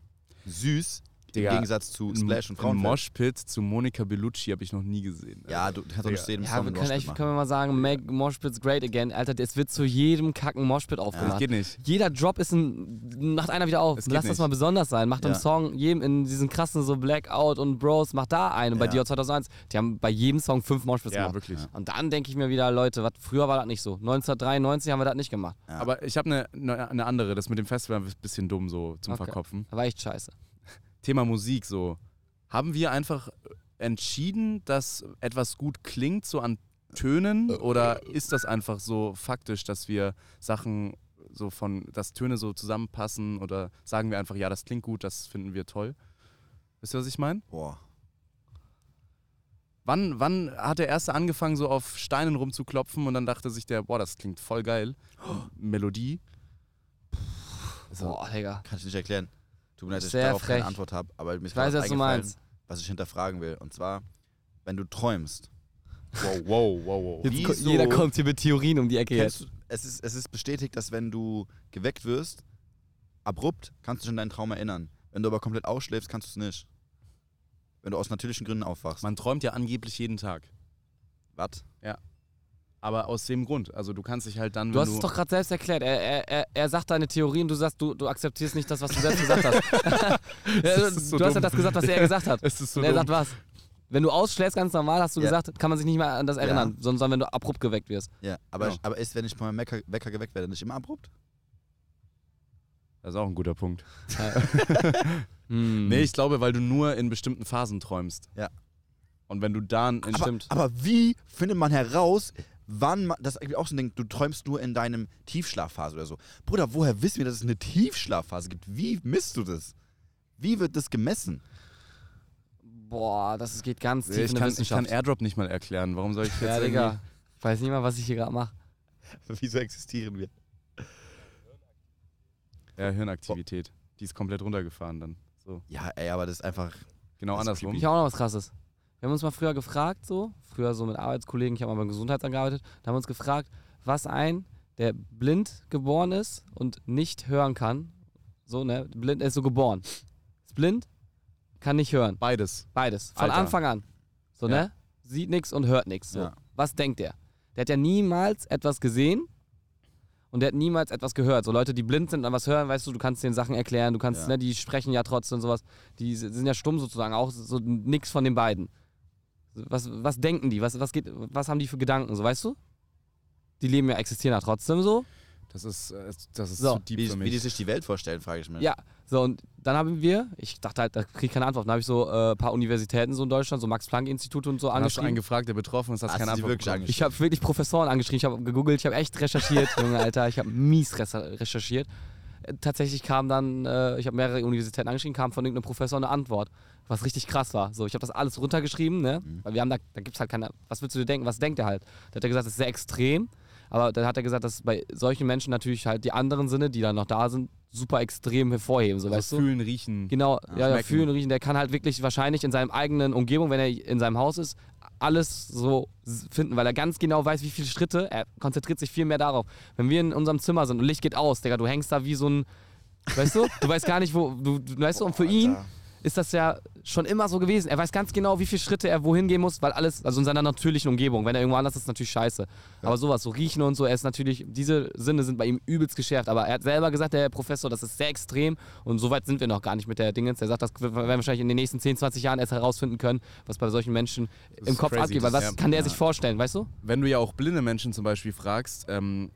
B: süß,
C: Digga,
B: im Gegensatz zu Splash und
C: Ein
B: Frauenfeld.
C: Moshpit zu Monica Bellucci habe ich noch nie gesehen.
B: Ja, du kannst doch nicht zu jedem
A: Ja,
B: Song
A: wir
B: einen
A: können,
B: Moshpit
A: echt,
B: machen.
A: können wir mal sagen, make Moshpits great again. Alter, es wird zu jedem kacken Moshpit
C: Also, das
A: aufgemacht.
C: geht nicht.
A: Jeder Drop ist ein, macht einer wieder auf.
C: Es geht
A: Lass das
C: nicht.
A: mal besonders sein. Macht im
B: Ja.
A: Song jedem in diesen krassen so Blackout und Bros, macht da einen. Bei
B: Ja.
A: Dior 2001, die haben bei jedem Song fünf Moshpits
C: Ja,
A: gemacht.
C: wirklich.
A: Und dann denke ich mir wieder, Leute, was früher war das nicht so. 1993 haben wir das nicht gemacht.
B: Ja.
C: Aber ich habe eine ne andere, das mit dem Festival ist ein bisschen dumm so zum
A: Okay.
C: Verkopfen.
A: Da war echt scheiße.
C: Thema Musik so. Haben wir einfach entschieden, dass etwas gut klingt, so an Tönen? Oder ist das einfach so faktisch, dass wir Sachen so von, dass Töne so zusammenpassen? Oder sagen wir einfach, ja, das klingt gut, das finden wir toll? Wisst ihr, was ich meine?
B: Boah.
C: Wann, wann hat der Erste angefangen, so auf Steinen rumzuklopfen und dann dachte sich der, boah, das klingt voll geil. Melodie. Also-
A: Boah, Digga.
B: Kann ich nicht erklären. Tut mir leid, dass ich
A: Sehr
B: darauf keine
A: frech.
B: Antwort habe, aber mir ist
A: Ich weiß,
B: gerade
A: was du
B: eingefallen,
A: meinst.
B: was ich hinterfragen will. Und zwar, wenn du träumst,
C: Wow, wow, wow,
A: Jetzt ko-
B: Wieso-
A: jeder kommt hier mit Theorien um die Ecke
B: Kennst
A: jetzt.
B: du, es, ist, es ist bestätigt, dass wenn du geweckt wirst, abrupt kannst du dich an deinen Traum erinnern. Wenn du aber komplett ausschläfst, kannst du es nicht. Wenn du aus natürlichen Gründen aufwachst.
C: Man träumt ja angeblich jeden Tag.
B: Was?
C: Aber aus dem Grund. Also du kannst dich halt dann,
A: Du
C: wenn
A: hast es doch gerade selbst erklärt. Er, er, er, er sagt deine Theorien, du sagst, du, du akzeptierst nicht das, was du selbst gesagt hast.
C: Das ist so
A: du hast ja
C: dumm.
A: das gesagt, was er gesagt hat.
C: Es ist so
A: Und er
C: dumm.
A: sagt was? Wenn du ausschläfst, ganz normal, hast du
B: Ja.
A: gesagt, kann man sich nicht mehr an das
B: Ja.
A: erinnern, sondern wenn du abrupt geweckt wirst.
B: Ja, aber,
C: Genau.
B: aber ist, wenn ich von meinem Wecker, Wecker geweckt werde, nicht immer abrupt?
C: Das ist auch ein guter Punkt.
A: Hm.
C: Nee, ich glaube, weil du nur in bestimmten Phasen träumst.
B: Ja.
C: Und wenn du dann in
A: Stimmt.
B: Aber wie findet man heraus, wann man. Das ist eigentlich auch so ein Ding, du träumst nur in deinem Tiefschlafphase oder so. Bruder, woher wissen wir, dass es eine Tiefschlafphase gibt? Wie misst du das? Wie wird das gemessen?
A: Boah, das ist- geht ganz tief
C: ich,
A: in die
C: kann, ich kann
A: Wissenschaft.
C: Airdrop nicht mal erklären. Warum soll ich jetzt
A: ja,
C: irgendwie-
A: Digga. Ich weiß nicht mal, was ich hier gerade mache.
B: Wieso existieren wir?
C: Ja, Hirnaktivität. Die ist komplett runtergefahren dann. So.
B: Ja, ey, aber das ist einfach.
C: Genau
B: Das ist
C: andersrum.
A: Ich habe auch noch was krasses. Wir haben uns mal früher gefragt, so, früher so mit Arbeitskollegen, ich habe mal beim Gesundheitsamt gearbeitet, da haben wir uns gefragt, was ein, der blind geboren ist und nicht hören kann, so, ne, blind, er ist so geboren, ist blind, kann nicht hören,
C: Beides.
A: beides, von
C: Alter.
A: Anfang an, so,
C: Ja.
A: ne, sieht nichts und hört nichts, so.
B: Ja.
A: Was denkt der? Der hat ja niemals etwas gesehen und der hat niemals etwas gehört. So Leute, die blind sind und an was hören, weißt du, du kannst denen Sachen erklären, du kannst,
B: Ja.
A: ne, die sprechen ja trotzdem und sowas. Die s- sind ja stumm sozusagen, auch so nix von den beiden. Was, was denken die? Was, was, geht, was haben die für Gedanken, so weißt du? Die leben ja, existieren ja trotzdem so.
C: Das ist, äh, das ist
A: So.
C: zu deep
B: Wie,
C: für
B: wie die
C: mich.
B: sich die Welt vorstellen, frage ich mich.
A: Ja, so und dann haben wir, ich dachte halt, da kriege ich keine Antwort. Dann habe ich so ein äh, paar Universitäten so in Deutschland, so Max-Planck-Institute und so
C: Dann Hast du einen
A: angeschrieben.
C: gefragt, der betroffen ist, hast
B: Hast
C: keine
B: du die
C: Antwort
B: wirklich
C: bekommen.
A: Ich habe wirklich Professoren angeschrieben, ich habe gegoogelt, ich habe echt recherchiert, Junge, Alter, ich habe mies recher- recherchiert. Äh, Tatsächlich kam dann, äh, ich habe mehrere Universitäten angeschrieben, kam von irgendeinem Professor eine Antwort, was richtig krass war. So, ich habe das alles runtergeschrieben, ne? Weil wir haben da, da gibt's halt keine, was willst du dir denken, was denkt er halt? Da hat er gesagt, das ist sehr extrem, aber dann hat er gesagt, dass bei solchen Menschen natürlich halt die anderen Sinne, die dann noch da sind, super extrem hervorheben, so
C: Also
A: weißt du?
C: Fühlen, riechen.
A: Genau, ja, ja,
C: schmecken.
A: fühlen, riechen. Der kann halt wirklich wahrscheinlich in seinem eigenen Umgebung, wenn er in seinem Haus ist, alles so s- finden, weil er ganz genau weiß, wie viele Schritte. Er konzentriert sich viel mehr darauf. Wenn wir in unserem Zimmer sind und Licht geht aus, Digga, du hängst da wie so ein. Weißt du? Du weißt gar nicht, wo. Du, du weißt du, und für ihn ist das ja schon immer so gewesen. Er weiß ganz genau, wie viele Schritte er wohin gehen muss, weil alles, also in seiner natürlichen Umgebung, wenn er irgendwo anders ist, ist natürlich scheiße. Aber sowas, so riechen und so, er ist natürlich, diese Sinne sind bei ihm übelst geschärft. Aber er hat selber gesagt, der Herr Professor, das ist sehr extrem und so weit sind wir noch gar nicht mit der Dingens. Er sagt, das werden wir wahrscheinlich in den nächsten 10, 20 Jahren erst herausfinden können, was bei solchen Menschen im
C: ist
A: Kopf
C: crazy,
A: abgeht. Weil
C: das-
A: was
C: ja.
A: kann der
B: Ja.
A: sich vorstellen, weißt du?
C: wenn du ja auch blinde Menschen zum Beispiel fragst, ähm,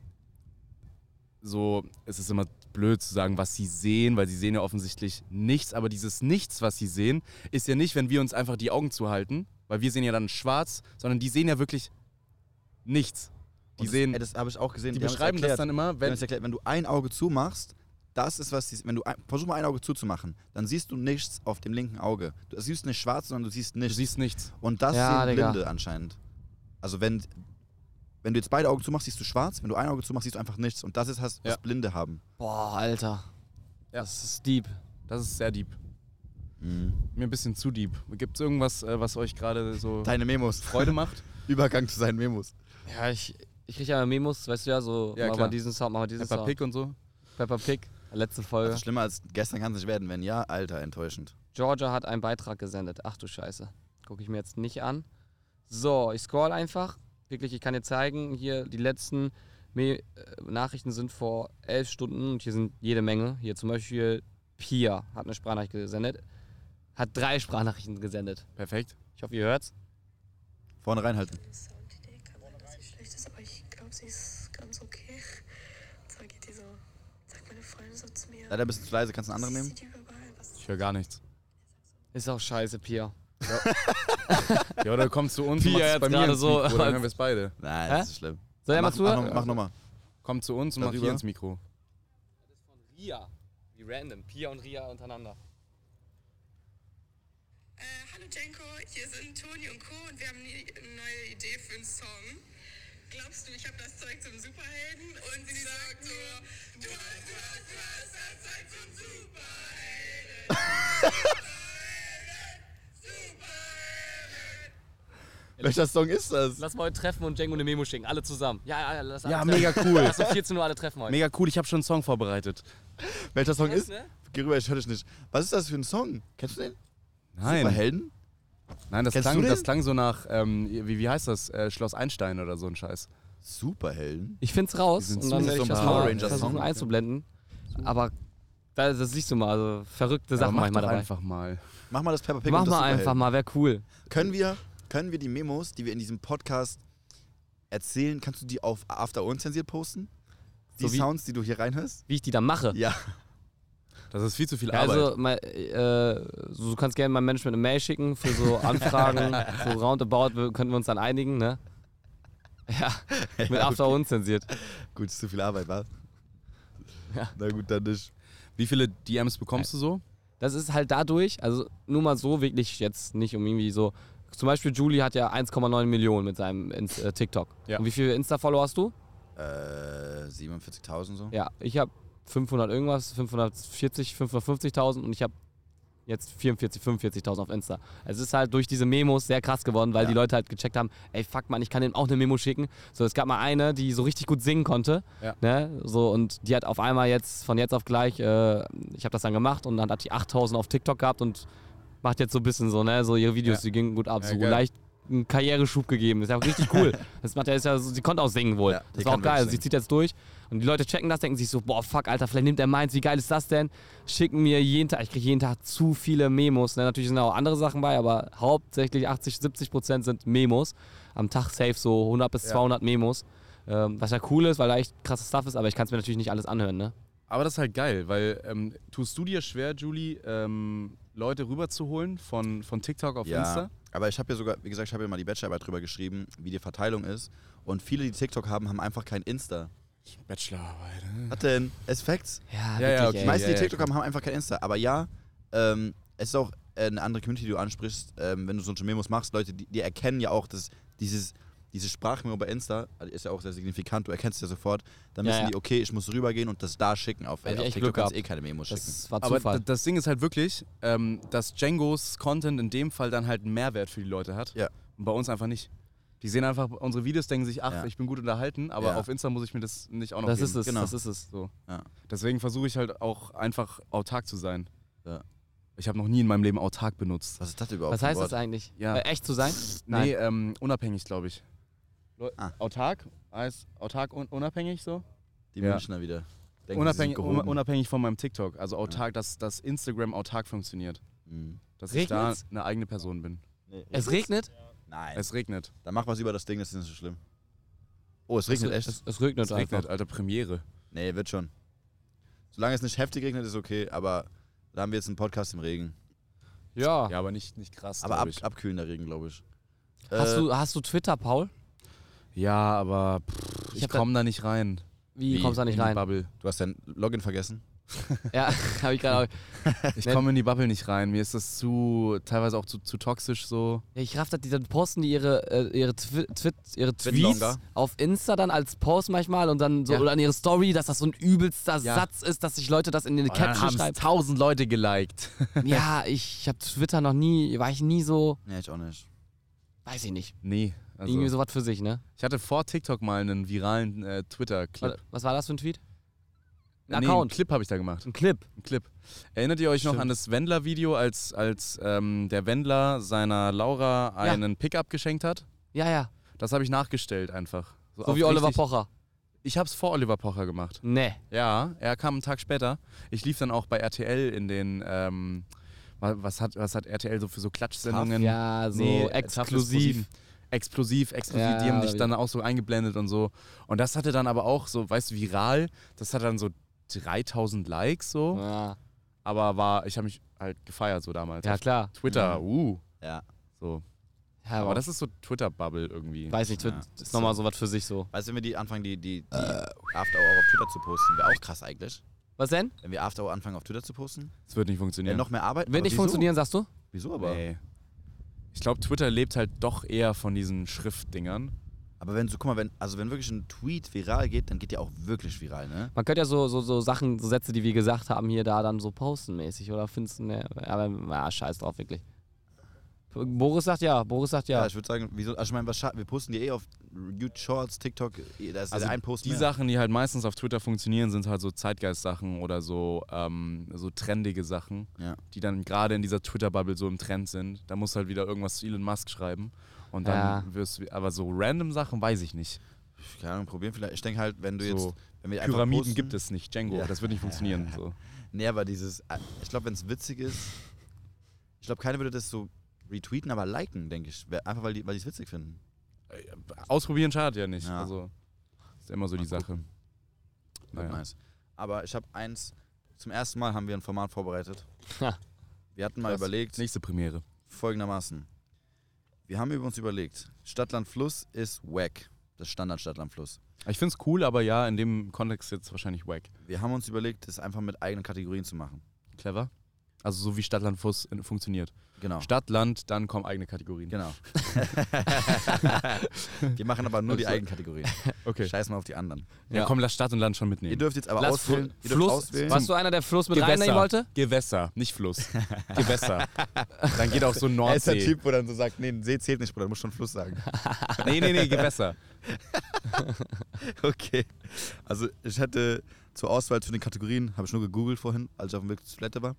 C: so es ist immer blöd zu sagen, was sie sehen, weil sie sehen ja offensichtlich nichts, aber dieses Nichts, was sie sehen, ist ja nicht, wenn wir uns einfach die Augen zuhalten, weil wir sehen ja dann schwarz, sondern die sehen ja wirklich nichts. Die
B: Und
C: sehen,
B: Das, ey, das habe ich auch gesehen.
C: die
B: haben uns
C: beschreiben das
B: erklärt.
C: dann immer,
B: Wenn,
C: wenn,
B: erklärt, wenn du ein Auge zumachst, das ist was, die, wenn du ein, versuch mal ein Auge zuzumachen, dann siehst du nichts auf dem linken Auge. Du siehst nicht schwarz, sondern du siehst
C: du
B: nichts.
C: siehst nichts.
B: Und das
A: Ja,
B: sehen
A: Digga.
B: Blinde anscheinend. Also wenn, wenn du jetzt beide Augen zumachst, siehst du schwarz, wenn du ein Auge zumachst, siehst du einfach nichts. Und das ist, was, was
C: Ja.
B: Blinde haben.
A: Boah, Alter.
C: Ja.
A: Das ist deep.
C: Das ist sehr deep.
A: Mhm.
C: Mir ein bisschen zu deep. Gibt es irgendwas, äh, was euch gerade so
B: Deine Memos.
C: Freude macht?
B: Übergang zu seinen Memos.
A: Ja, ich, ich kriege ja Memos, weißt du ja, so,
C: Ja,
A: mach
C: klar.
A: mal diesen Sound, mach mal diesen
C: Peppa
A: Sound.
C: Pig und so?
A: Peppa Pig, letzte Folge.
B: Also schlimmer als gestern kann es nicht werden. Wenn ja, Alter, enttäuschend.
A: Georgia hat einen Beitrag gesendet. Ach du Scheiße. Gucke ich mir jetzt nicht an. So, ich scroll einfach. Wirklich, ich kann dir zeigen, hier die letzten Me äh, Nachrichten sind vor elf Stunden und hier sind jede Menge. Hier zum Beispiel Pia hat eine Sprachnachricht gesendet. Hat drei Sprachnachrichten gesendet.
C: Perfekt.
A: Ich hoffe, ihr hört's.
B: Vorne reinhalten.
D: Soundidee kann sein, dass sie schlecht ist, aber ich glaube, sie ist ganz okay. Und zwar geht die so, sagt meine Freundin so zu mir.
B: Leider ein bisschen zu leise. Kannst du einen anderen nehmen?
D: "Sie sieht überall, was
C: Ich höre gar nichts.
A: Ist auch scheiße, Pia.
C: Ja, oder komm zu uns,
A: Pia
C: machst es
A: jetzt
C: bei mir
A: gerade
C: ins
A: so
C: Mikro, dann
A: als-
C: hören wir es beide.
B: Nein,
A: Hä?
B: das ist schlimm.
A: Soll er mal
B: mach, mach,
A: zuhören?
B: noch- mach nochmal.
C: Komm zu uns und mach
B: Darüber?
C: hier ins Mikro.
A: Ria. Wie random. Pia und Ria untereinander.
E: Äh, hallo Jenko, hier sind Toni und Co. und wir haben nie- eine neue Idee für einen Song. Glaubst du, ich habe das Zeug zum Superhelden? Und sie sagt so, du hast, du hast, du hast das Zeug zum Superhelden. Superhelden.
B: Welcher Song ist das?
A: Lass mal heute treffen und Django eine Memo schicken. Alle zusammen. Ja, ja, ja. Lass alle
C: Ja,
A: treffen.
C: mega cool.
A: Lass um 14 Uhr alle treffen heute.
C: Mega cool, ich habe schon einen Song vorbereitet.
B: Welcher Song ist?
A: ne?
B: Geh rüber, ich höre dich nicht. Was ist das für ein Song? Kennst du den?
C: Nein,
B: Superhelden?
C: Nein das,
B: Kennst
C: klang,
B: du den?
C: das klang so nach, ähm, wie, wie heißt das? Äh, Schloss Einstein oder so ein Scheiß.
B: Superhelden?
A: Ich find's raus
C: Die sind
A: und dann
C: zu-
A: werde
B: so
A: ich
B: ein
A: das
B: Power
A: mal
B: Rangers
A: versuchen
B: Song.
A: einzublenden. Aber da, das siehst du mal, also verrückte
C: Aber
A: Sachen
C: mach
A: manchmal
C: doch
A: dabei.
C: einfach mal.
B: Mach mal das Peppa Pig
A: Mach
B: und das
A: mal
B: Superhelden.
A: einfach mal, wäre cool.
B: Können wir, können wir die Memos, die wir in diesem Podcast erzählen, kannst du die auf After Unzensiert posten? Die
A: So wie-
B: Sounds, die du hier reinhörst?
A: Wie ich die dann mache.
B: Ja.
C: Das ist viel zu viel
A: Ja,
C: Arbeit.
A: also, mal, äh, so, du kannst gerne meinem Management eine Mail schicken für so Anfragen, so roundabout wir- könnten wir uns dann einigen, ne? Ja, mit After Unzensiert.
B: Gut, ist zu viel Arbeit, war.
A: Ja.
B: Na gut, dann nicht.
C: wie viele DMs bekommst du so?
A: Das ist halt dadurch, also nur mal so wirklich jetzt nicht um irgendwie so. Zum Beispiel Julie hat ja 1,9 Millionen mit seinem Ins- äh, TikTok.
C: Ja.
A: Und wie viele Insta-Follower hast du?
B: Äh, 47.000 so?
A: Ja, ich habe 500 irgendwas, 540, 550.000 und ich habe jetzt 44, 45.000 auf Insta. Es ist halt durch diese Memos sehr krass geworden, weil
B: Ja.
A: die Leute halt gecheckt haben, ey, fuck man, ich kann denen auch eine Memo schicken. So, es gab mal eine, die so richtig gut singen konnte,
C: Ja.
A: ne, so, und die hat auf einmal jetzt, von jetzt auf gleich, äh, ich habe das dann gemacht und dann hat die 8.000 auf TikTok gehabt und macht jetzt so ein bisschen so, ne, so ihre Videos,
C: Ja.
A: die gingen gut ab,
B: Ja,
A: so
B: geil.
A: leicht einen Karriereschub gegeben. Ist ja auch richtig cool. Das macht ja, ist ja so, sie konnte auch singen wohl.
B: Ja, die
A: das war auch
B: kann wirklich
A: geil. Also sie
B: singen.
A: zieht jetzt durch und die Leute checken das, denken sich so, boah, fuck, Alter, vielleicht nimmt er meins, wie geil ist das denn? Schicken mir jeden Tag, ich kriege jeden Tag zu viele Memos. Ne? Natürlich sind auch andere Sachen bei, aber hauptsächlich 80, 70 Prozent sind Memos. Am Tag safe so 100 bis 200 Memos. Ähm, was ja cool ist, weil da echt krasses Stuff ist, aber ich kann es mir natürlich nicht alles anhören, ne?
C: Aber das ist halt geil, weil ähm, tust du dir schwer, Julie, ähm, Leute rüberzuholen von, von TikTok auf Insta?
B: Aber ich habe ja sogar, wie gesagt, ich habe ja mal die Bachelorarbeit drüber geschrieben, wie die Verteilung ist. Und viele, die TikTok haben, haben einfach kein Insta.
C: Bachelorarbeit.
B: Was denn? Es Facts.
A: Ja,
C: Ja, ja,
A: wirklich,
C: okay.
B: Die
A: ey.
B: meisten,
C: ja,
B: die
C: ja,
B: TikTok haben, haben einfach kein Insta. Aber ja, ähm, es ist auch äh, eine andere Community, die du ansprichst, ähm, wenn du solche Memos machst. Leute, die, die erkennen ja auch, dass dieses, diese Sprachmemo bei Insta also ist ja auch sehr signifikant. Du erkennst es ja sofort. Dann
A: Ja,
B: wissen
A: ja.
B: die, okay, ich muss rübergehen und das da schicken. Auf,
A: Hab ich
B: auf
A: echt Glück
B: TikTok kannst du eh
A: gehabt.
B: keine Memos schicken.
A: Das war
C: Aber
A: Zufall.
C: d- das Ding ist halt wirklich, ähm, dass Django's Content in dem Fall dann halt einen Mehrwert für die Leute hat.
B: Ja.
C: Und bei uns einfach nicht. Die sehen einfach unsere Videos, denken sich, ach,
B: Ja.
C: ich bin gut unterhalten, aber
B: Ja.
C: auf Insta muss ich mir das nicht auch noch
A: Das
C: geben.
A: ist es,
B: Genau.
A: das ist es.
C: So.
B: Ja.
C: Deswegen versuche ich halt auch einfach autark zu sein.
B: Ja.
C: Ich habe noch nie in meinem Leben autark benutzt.
B: Was ist das überhaupt?
A: Was
B: für ein
A: heißt
B: Wort?
A: das eigentlich?
C: Ja.
A: Äh, echt zu sein?
C: Nee, ähm, unabhängig, glaube ich. Leu-
B: Ah.
C: Autark heißt autark und unabhängig so?
B: Die
C: Ja.
B: Münchner wieder. Denken, sie sind
C: Unabhängig, un-
B: gehoben.
C: unabhängig von meinem TikTok. Also autark, dass, dass Instagram autark funktioniert.
B: Mhm.
C: Dass
A: Regnet's?
C: ich da eine eigene Person bin.
A: Es regnet?
B: Nein.
C: Es regnet.
B: Dann mach was über das Ding, das ist nicht so schlimm. Oh, es regnet echt.
A: Es, es regnet
C: Es regnet, halt,
A: einfach.
C: alter Premiere.
B: Nee, wird schon. Solange es nicht heftig regnet, ist okay, aber da haben wir jetzt einen Podcast im Regen.
A: Ja.
C: Ja, aber nicht, nicht krass.
B: Aber
C: glaub
B: ab,
C: ich.
B: abkühlender Regen, glaube ich.
A: Hast,
B: Äh,
A: du, hast du Twitter, Paul?
C: Ja, aber pff,
A: Ich
C: ich
A: hab da-
C: komme da nicht rein.
A: Wie, kommst du da nicht
C: in Die
A: rein?
C: Bubble.
B: du hast dein Login vergessen?
A: Ja, habe ich gerade. auch-
C: Ich
A: Nee.
C: komme in die Bubble nicht rein. Mir ist das zu, teilweise auch zu, zu toxisch so.
A: Ich raff das, die dann posten die ihre, äh, ihre, Twi Twi ihre Tweets
B: Twitlonger.
A: auf Insta dann als Post manchmal und dann so,
C: Ja.
A: oder an ihre Story, dass das so ein übelster
C: Ja. Oh,
A: Satz ist, dass sich Leute das in den Caption schreiben.
C: tausend Leute geliked.
A: Ja, ich habe Twitter noch nie, war ich nie so,
B: Nee, ich auch nicht.
A: weiß ich nicht,
C: Nee.
A: irgendwie
C: Also,
A: sowas für sich, ne?
C: ich hatte vor TikTok mal einen viralen äh, Twitter-Clip.
A: Was, was war das für ein Tweet?
C: Äh,
A: Ein
C: nee, einen
A: Account,
C: Clip habe ich da gemacht.
A: ein Clip.
C: Ein Clip. Erinnert ihr euch noch
B: Stimmt.
C: an das Wendler-Video, als, als ähm, der Wendler seiner Laura
A: Ja.
C: einen Pickup geschenkt hat?
A: Ja, ja,
C: Das habe ich nachgestellt einfach.
A: so
C: auf
A: wie Oliver
C: richtig-
A: Pocher.
C: Ich habe es vor Oliver Pocher gemacht.
A: Nee,
C: Ja, er kam einen Tag später. Ich lief dann auch bei RTL in den, ähm, wa- was hat, was hat RTL so für so Klatschsendungen?
A: ja, so
C: Nee,
A: exklusiv.
C: Explosiv, exklusiv,
A: Ja,
C: die haben
A: oder
C: dich
A: wie?
C: dann auch so eingeblendet und so. Und das hatte dann aber auch so, weißt du, viral, das hatte dann so 3000 Likes so.
A: Ja,
C: Aber war, ich habe mich halt gefeiert so damals.
A: ja
C: Auf
A: klar.
C: Twitter,
B: Mhm.
C: uh.
B: Ja.
C: So.
A: Ja,
C: Aber das ist so Twitter-Bubble irgendwie.
A: weiß nicht, Twitter
B: Ja.
A: ist nochmal so was für sich so.
B: Weißt du, wenn wir die anfangen, die, die, die After Hour auf Twitter zu posten, wäre auch krass eigentlich.
A: Was denn?
B: Wenn wir After Hour anfangen, auf Twitter zu posten,
C: Das wird nicht
B: ja.
C: funktionieren.
B: noch mehr Arbeit.
A: Wird
B: Aber
A: nicht
B: wieso?
A: funktionieren, sagst du?
B: Wieso aber?
C: nee. Ich glaube, Twitter lebt halt doch eher von diesen Schriftdingern.
B: Aber wenn so, guck mal, wenn, also wenn wirklich ein Tweet viral geht, dann geht der auch wirklich viral, ne?
A: Man könnte ja so, so, so Sachen, so Sätze, die wir gesagt haben, hier da dann so posten mäßig, oder findest du, ne, aber na, scheiß drauf, wirklich. Boris sagt ja, Boris sagt
B: Ja,
A: ja.
B: ich würde sagen, wieso, also ich meine, was scha- wir posten die eh auf YouTube Shorts, TikTok, eh, da ist
C: Also
B: ein Post
C: die
B: mehr.
C: Sachen, die halt meistens auf Twitter funktionieren, sind halt so Zeitgeist-Sachen oder so, ähm, so trendige Sachen,
B: Ja.
C: die dann gerade in dieser Twitter-Bubble so im Trend sind. Da musst du halt wieder irgendwas zu Elon Musk schreiben. Und dann wirst du, aber so random Sachen weiß ich nicht.
B: Keine Ahnung, probieren vielleicht. Ich denke halt, wenn du
C: So,
B: jetzt, wenn wir einfach
C: Pyramiden
B: posten,
C: gibt es nicht, Django,
B: Ja.
C: das wird nicht funktionieren. So.
B: Nee, aber dieses, äh, ich glaube, wenn es witzig ist, ich glaube, keiner würde das so retweeten, aber liken, denke ich. Wer- Einfach, weil die weil es witzig finden.
C: Ausprobieren schadet ja nicht.
B: Ja.
C: Also ist immer so die Sache.
B: Wird
C: Naja.
B: nice. Aber ich habe eins, zum ersten Mal haben wir ein Format vorbereitet.
A: Ha.
B: wir hatten mal
C: Krass.
B: überlegt,
C: Nächste Premiere.
B: folgendermaßen. Wir haben über uns überlegt, Stadtland Fluss ist wack. Das Standard Stadtland Fluss.
C: Ich find's cool, aber ja, in dem Kontext jetzt wahrscheinlich wack.
B: Wir haben uns überlegt, das einfach mit eigenen Kategorien zu machen.
C: Clever. Also so wie Stadtland Fuß in- funktioniert.
B: Genau.
C: Stadtland, dann kommen eigene Kategorien.
B: Genau. Wir machen aber nur die
C: Also-
B: Eigenkategorien.
C: Okay.
B: Scheiß mal auf die anderen.
C: Ja, komm, lass Stadt und Land schon mitnehmen.
B: Ihr dürft jetzt aber
A: Lass
B: auswählen.
A: Fl-
B: Ihr dürft
A: Fluss-
B: auswählen.
A: Warst du einer, der Fluss mit reinnehmen wollte?
C: Gewässer, nicht Fluss. Gewässer. Dann geht auch so
B: Er ist der
C: Nordsee.
B: Typ, wo dann so sagt, nee, See zählt nicht, Bruder, du musst schon Fluss sagen.
C: Nee, nee, nee, Gewässer.
B: Okay. Also ich hätte zur Auswahl zu den Kategorien, habe ich nur gegoogelt vorhin, als ich auf dem Weg zur Toilette war.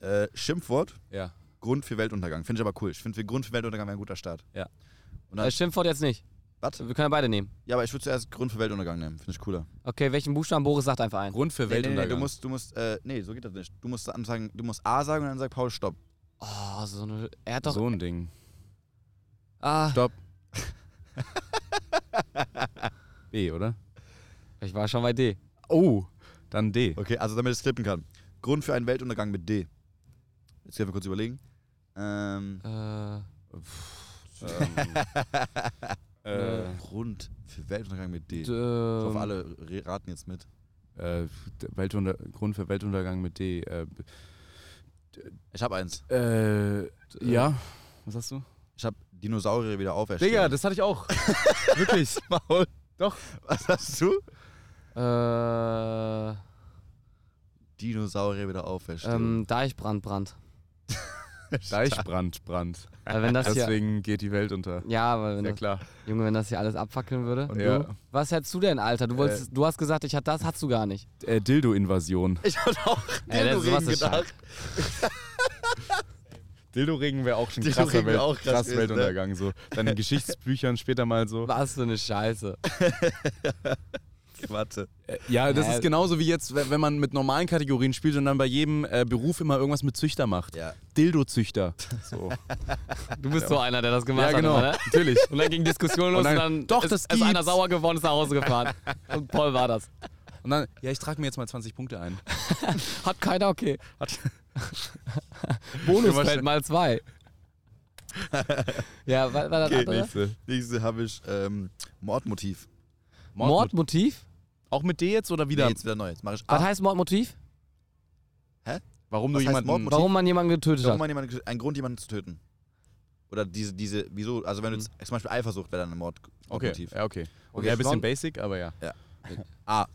B: Äh, Schimpfwort,
C: Ja.
B: Grund für Weltuntergang. Finde ich aber cool. Ich finde, Grund für Weltuntergang wäre ein guter Start.
C: Ja.
B: Und dann,
A: Äh, Schimpfwort jetzt nicht.
B: Was?
A: Wir können ja beide nehmen.
B: ja, aber ich würde zuerst Grund für Weltuntergang nehmen. Finde ich cooler.
A: Okay, welchen Buchstaben? Boris sagt einfach einen.
C: Grund für
B: Nee, nee, nee,
C: Weltuntergang.
B: du musst, du musst, äh, nee, so geht das nicht. Du musst ansagen, du musst A sagen und dann sagt Paul Stopp.
A: Oh, so eine. Er hat doch.
C: so ein Ding.
A: ah,
C: Stopp. B, oder?
A: ich war schon bei D.
C: Oh, dann D.
B: Okay, also damit ich es klippen kann. Grund für einen Weltuntergang mit D. Jetzt können wir kurz überlegen. Ähm,
A: Äh,
C: Äh,
B: Grund für Weltuntergang mit D.
A: ne, d-
B: Ich hoffe,
A: ähm,
B: alle re- raten jetzt mit.
C: äh, Weltunder Grund für Weltuntergang mit D. Äh,
B: Ich habe eins.
C: äh, ja. Was hast du?
B: Ich habe Dinosaurier wieder auferstehen.
C: Digga, das hatte ich auch. Wirklich. Maul. Doch.
B: was hast du?
A: Äh,
B: Dinosaurier wieder auferstehen.
A: ähm, Deichbrand, Brand.
C: Deichbrand, Brand.
A: Weil wenn das hier.
C: Deswegen geht die Welt unter.
A: Ja, weil wenn
C: Ja,
A: das,
C: klar.
A: Junge, wenn das hier alles abfackeln würde.
C: Und Ja. Äh. du?
A: Was hättest du denn, Alter? Du wolltest, du hast gesagt, ich hatte das, hast du gar nicht.
C: Äh, Dildo-Invasion.
B: ich hatte auch
A: Ey, das- sowas ist scheiße.
C: Dildo-Regen wäre auch schon
B: Dildo-Regen
C: krasser, Welt,
B: wäre auch krass
C: krass
B: gewesen, ne?
C: Weltuntergang. So. Dann in Geschichtsbüchern später mal so.
A: Was für eine Scheiße. Ähm,
B: Warte.
C: Äh, Ja, das
A: Ja.
C: ist genauso wie jetzt, we- wenn man mit normalen Kategorien spielt und dann bei jedem äh, Beruf immer irgendwas mit Züchter macht.
B: Ja.
C: Dildo-Züchter. So.
A: Du bist so einer, der das gemacht
C: ja, genau.
A: hat. immer, Ne?
C: Natürlich.
A: Und dann ging Diskussion los und
C: Und
A: dann,
C: dann, doch,
A: ist,
C: das
A: ist einer
C: gibt's.
A: sauer geworden ist nach Hause gefahren. Und Paul war das.
C: Und dann, ja, ich trage mir jetzt mal 20 Punkte ein.
A: Hat keiner, okay.
C: Hat-
A: Bonusfeld mal zwei. ja, war, war das
B: Geht
A: andere?
C: Nächste.
B: Nächste habe ich ähm, Mordmotiv.
C: Mordmut.
A: Mordmotiv?
C: Auch mit D jetzt oder
B: Nee,
C: wieder?
B: jetzt wieder neu. Jetzt mache ich Ah,
A: Was
C: Ah.
B: A.
A: heißt Mordmotiv?
C: Warum
B: Was
C: du
B: heißt
C: jemanden...
B: Mordmotiv?
A: Warum man jemanden getötet
B: Warum
A: hat?
B: man jemanden, gesch- ein Grund, jemanden zu töten. Oder diese, diese, wieso, also wenn du
A: Mhm.
B: jetzt, zum Beispiel Eifersucht wäre dann ein Mord,
C: Okay,
B: Mordmotiv.
C: ja, okay.
A: Okay,
C: okay. Ja, ein bisschen
A: Blond-
C: basic, aber ja.
B: A.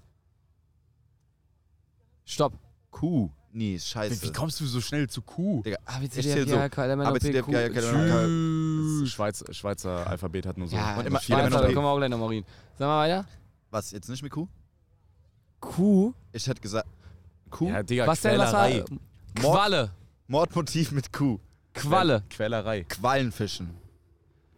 A: Stopp.
B: Q. Nee, ist scheiße.
C: Wie kommst du so schnell zu Q?
B: Digga,
A: A, B, C,
B: Ich
A: D, E,
B: zähl
A: F, G,
B: so.
A: H, K, L, M, N,
B: A,
A: O,
B: B, C,
A: P,
B: D, F, G,
A: Q,
B: H, K, L, M, N, O,
A: X, Y.
B: P,
C: Das Schweizer, Schweizer Alphabet hat nur so.
A: Ja,
B: Und immer
A: Schweizer,
B: jeder
A: da
B: mit P.
A: können wir auch gleich nochmal reden. Sagen wir weiter.
B: was, jetzt nicht mit Q?
A: Kuh.
B: Ich hätte gesagt, Q?
C: ja Äh, Digga,
A: Was denn? Was war?
C: Quellerei.
A: Qualle.
B: Mordmotiv mit Q.
A: Qualle.
C: Quellerei.
B: Quallenfischen.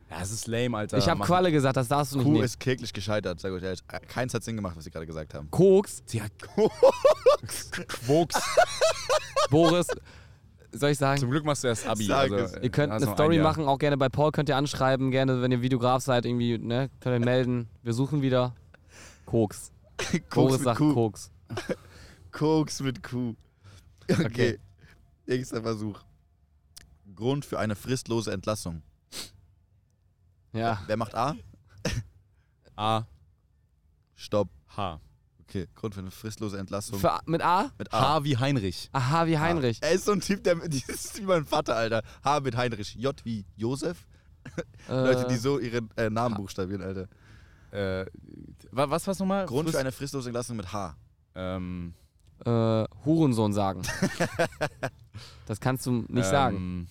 C: Ja, das ist lame, Alter.
A: Ich habe
C: Mach-
A: Qualle gesagt, das darfst du nicht
B: Q
A: nehmen.
B: ist kläglich gescheitert, sag ich ehrlich. Äh, Keins hat Sinn gemacht, was sie gerade gesagt haben.
A: Koks.
C: Ja, Quoks.
A: Boris. Soll ich sagen?
C: Zum Glück machst du erst Abi.
B: Sag es.
C: also, äh,
A: Ihr könnt
C: hast
A: eine
C: noch ein
A: Story
C: Jahr.
A: machen, auch gerne bei Paul könnt ihr anschreiben, gerne, wenn ihr Videograf seid, irgendwie, ne, könnt ihr melden. Wir suchen wieder Koks. Boris
B: mit
A: sagt
B: Q.
A: Koks.
B: Koks mit Q. Okay.
A: Okay.
B: Nächster Versuch. Grund für eine fristlose Entlassung.
A: Ja.
B: Wer macht A?
C: A,
B: Stopp.
C: H.
B: Okay, Grund für eine fristlose Entlassung.
A: Für, mit A?
B: mit A.
C: H wie Heinrich.
A: Aha, wie Heinrich.
B: Er ist so ein Typ, der die ist wie mein Vater, Alter. H mit Heinrich. J wie Josef.
A: Äh,
B: Leute, die so ihren äh, Namen buchstabieren, Alter.
C: Äh, wa- was war's nochmal?
B: Grund
C: Frist-
B: für eine fristlose Entlassung mit H.
C: ähm,
A: äh, Hurensohn sagen. das kannst du nicht sagen.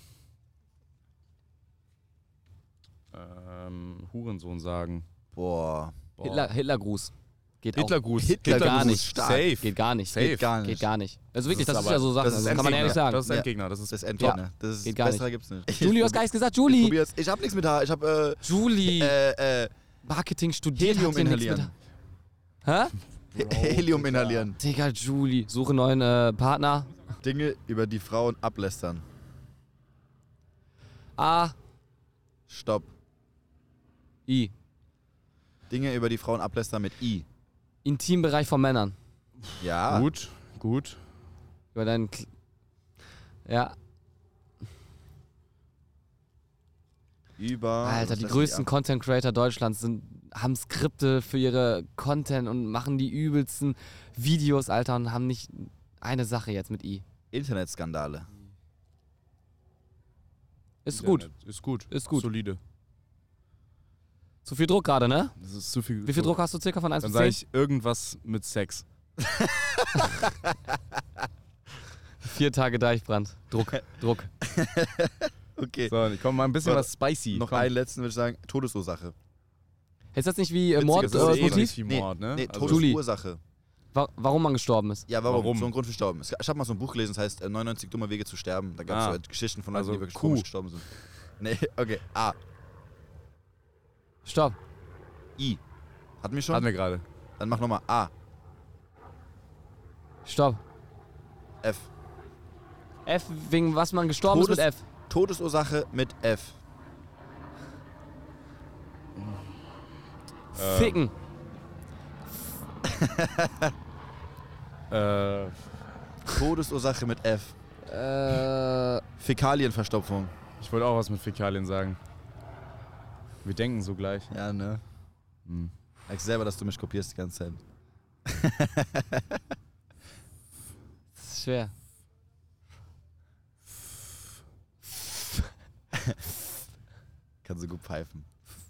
C: Ähm, Hurensohn sagen.
B: Boah.
C: Boah.
A: Hitler, Hitlergruß. Geht auch.
C: Hitlergruß.
B: Hitler-
A: gar nicht.
B: Stark.
C: Safe.
A: Geht gar nicht.
C: Safe.
A: Geht,
B: gar
A: geht gar nicht. Also wirklich,
C: Das
A: das, ist
C: ist aber-
A: ja so Sachen,
B: das
A: das
B: ist
A: kann man
B: Endgegner.
A: ehrlich sagen.
C: Das ist
B: Ja.
C: Endgegner. Das ist
B: Das ist Endgegner. Das ist
A: Geht gar
B: besser gibt's nicht.
A: Julie, du hast gar nichts gesagt.
B: Ich
A: Julie,
B: probier's. Ich hab nichts mit H. Ich hab äh,
A: Julie,
B: äh, äh,
A: Marketing studiert,
B: Helium
A: hat hier nichts
B: inhalieren.
A: mit- Hä?
B: Helium inhalieren.
A: Digga, Julie, suche neuen äh, Partner.
B: Dinge, über die Frauen ablästern.
A: A,
B: Stopp.
A: I.
B: Dinge, über die Frauen ablästern mit I.
A: Intimbereich von Männern. Ah.
B: Ja.
C: Gut, gut.
A: Über deinen. Kl ja,
B: Über.
A: Alter,
B: was
A: die
B: Ah, lässt
A: größten
B: ab?
A: Content Creator Deutschlands sind, haben Skripte für ihre Content und machen die übelsten Videos, Alter, und haben nicht eine Sache jetzt mit I.
B: Internetskandale.
A: Ist gut.
C: Ist gut.
A: Ist gut.
C: Solide.
A: Zu viel Druck gerade, ne?
C: Das ist zu viel.
A: Wie viel Druck hast du circa von 1
C: Dann
A: bis
C: sage
A: 10?
C: ich irgendwas mit Sex.
A: Vier Tage Deichbrand. Druck, Druck.
B: Okay.
C: So, komm mal ein bisschen
B: Warte,
C: was spicy.
B: Noch
C: komm.
B: einen letzten würde ich sagen, Todesursache.
A: Ist das nicht wie äh,
B: Witziges
A: Mord,
B: ist
A: äh,
B: es eh
A: das
B: nicht.
A: Motiv?
C: Wie Mord, ne?
B: Nee,
C: Also-
B: Todesursache.
A: Wa warum man gestorben ist?
B: Ja, warum?
C: Warum?
B: So ein Grund für Sterben. Es- Ich habe mal so ein Buch gelesen, das heißt äh, 99 dumme Wege zu sterben. Da gab es
C: Ah.
B: so, halt Geschichten von Leuten,
C: Also
B: die wirklich
C: Kuh.
B: komisch gestorben sind. Nee, okay. A.
A: Stopp.
B: I. Hatten wir schon?
C: Hatten wir gerade.
B: Dann mach nochmal A.
A: Stopp.
B: F.
A: F, wegen was man gestorben ist mit
B: Todes-
A: F.
B: Todesursache mit F.
A: Ficken.
C: Äh,
B: Todesursache mit F.
A: Äh,
B: Fäkalienverstopfung.
C: ich wollte auch was mit Fäkalien sagen. Wir denken so gleich.
B: Ja, ne?
C: Hm.
B: Merkst selber, dass du mich kopierst die ganze Zeit.
A: das ist schwer.
B: Kannst du gut pfeifen.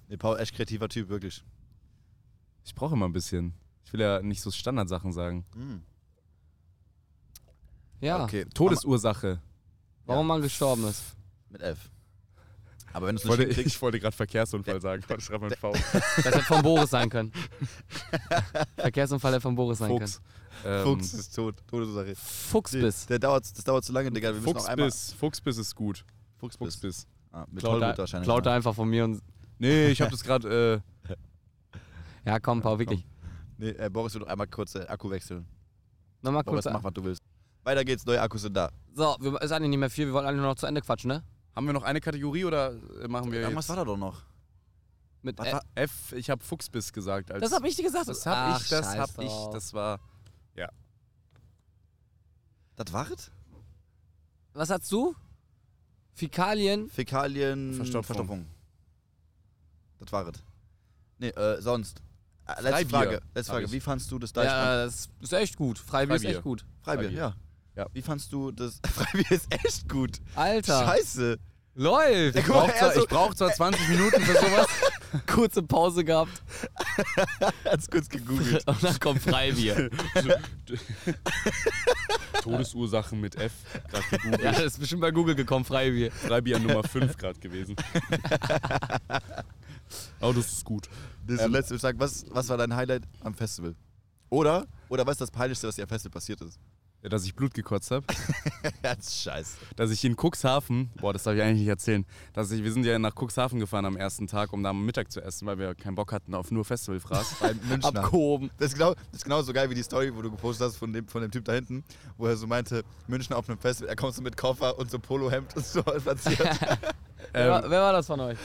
B: Nee, Paul, echt kreativer Typ, wirklich.
C: Ich brauche immer ein bisschen. Ich will ja nicht so Standardsachen sagen.
A: Ja,
B: Hm. Okay.
C: Todesursache.
A: warum man gestorben ist.
B: Mit F. Aber wenn du es
C: Ich
B: nicht
C: wollte,
B: hinkriegst,
C: ich wollte gerade Verkehrsunfall sagen. Gott, schreib mal mit V.
A: Das hätte von Boris sein können. Verkehrsunfall hätte von Boris sein
C: Fuchs. Ähm,
B: Fuchs ist tot. Todesursache.
A: können. Fuchsbiss.
B: Der dauert, das dauert zu lange, Digga. Wir müssen noch einmal.
C: Fuchsbiss. Fuchsbiss ist gut.
B: Fuchsbiss.
C: Fuchsbiss.
B: Ah, mit
C: Klaut
B: Tollwut
C: da-
B: wahrscheinlich.
A: Klaut
B: ne?
A: einfach von mir und.
C: Nee, ich habe das gerade. Äh,
A: Ja, komm, Paul, wirklich.
B: Nee, äh, Boris will noch einmal kurz äh, Akku wechseln.
A: Nochmal kurz.
B: Boris, mach, was du willst. Weiter geht's, neue Akkus sind da.
A: So, wir, ist eigentlich nicht mehr viel. Wir wollten eigentlich nur noch zu Ende quatschen, ne?
C: haben wir noch eine Kategorie oder äh, machen wir
B: Irgendwas
C: jetzt?
B: war da doch noch.
A: Mit
B: Was
A: F.
B: war-
C: F, ich habe Fuchsbiss gesagt. Als
A: Das hab ich dir gesagt.
C: Das hab
A: Ach,
C: ich, das
A: scheiß
C: hab
A: drauf.
C: ich, das war.
B: Das war's?
A: Was hast du? Fäkalien.
B: Fäkalien.
C: Verstopfung.
B: Das war's. Nee, äh, sonst. Äh, letzte
C: Freibier
B: Frage.
C: hab
B: Letzte Frage.
C: ich.
B: Wie fandst du das Deichbrand?
A: Ja, das ist echt gut. Freibier ist
C: Freibier.
A: echt gut.
B: Freibier,
C: Freibier.
B: ja.
C: Ja.
B: Wie fandst du das? Freibier ist echt gut.
A: Alter.
B: Scheiße.
A: Läuft.
B: Ja,
C: Ich
B: guck mal, also-
C: brauch,
B: er
C: zwar,
B: so-
C: ich brauch zwar 20 Minuten für sowas.
A: Kurze Pause gehabt
B: Hat's kurz gegoogelt.
A: und dann kommt Freibier.
C: Todesursachen mit F, gerade
A: ja,
C: gegoogelt.
A: das ist bestimmt bei Google gekommen, Freibier.
C: Freibier Nummer 5 gerade gewesen. Aber das ist gut.
B: Das ähm, letzte Frage. Was, was war dein Highlight am Festival? Oder? Oder was ist das Peinlichste, was dir am Festival passiert ist?
C: Ja, dass ich Blut gekotzt habe.
B: Ja, das ist scheiße.
C: Dass ich in Cuxhaven, boah, das darf ich eigentlich nicht erzählen, dass ich, wir sind ja nach Cuxhaven gefahren am ersten Tag, um da am Mittag zu essen, weil wir keinen Bock hatten auf nur Festivalfraß.
B: Beim Münchner.
A: Abgehoben.
B: Das ist, genau, das ist genauso geil wie die Story, wo du gepostet hast von dem, von dem Typ da hinten, wo er so meinte, München auf einem Festival, er kommt so mit Koffer und so Polohemd und so platziert.
A: Wer, war, wer war das von euch?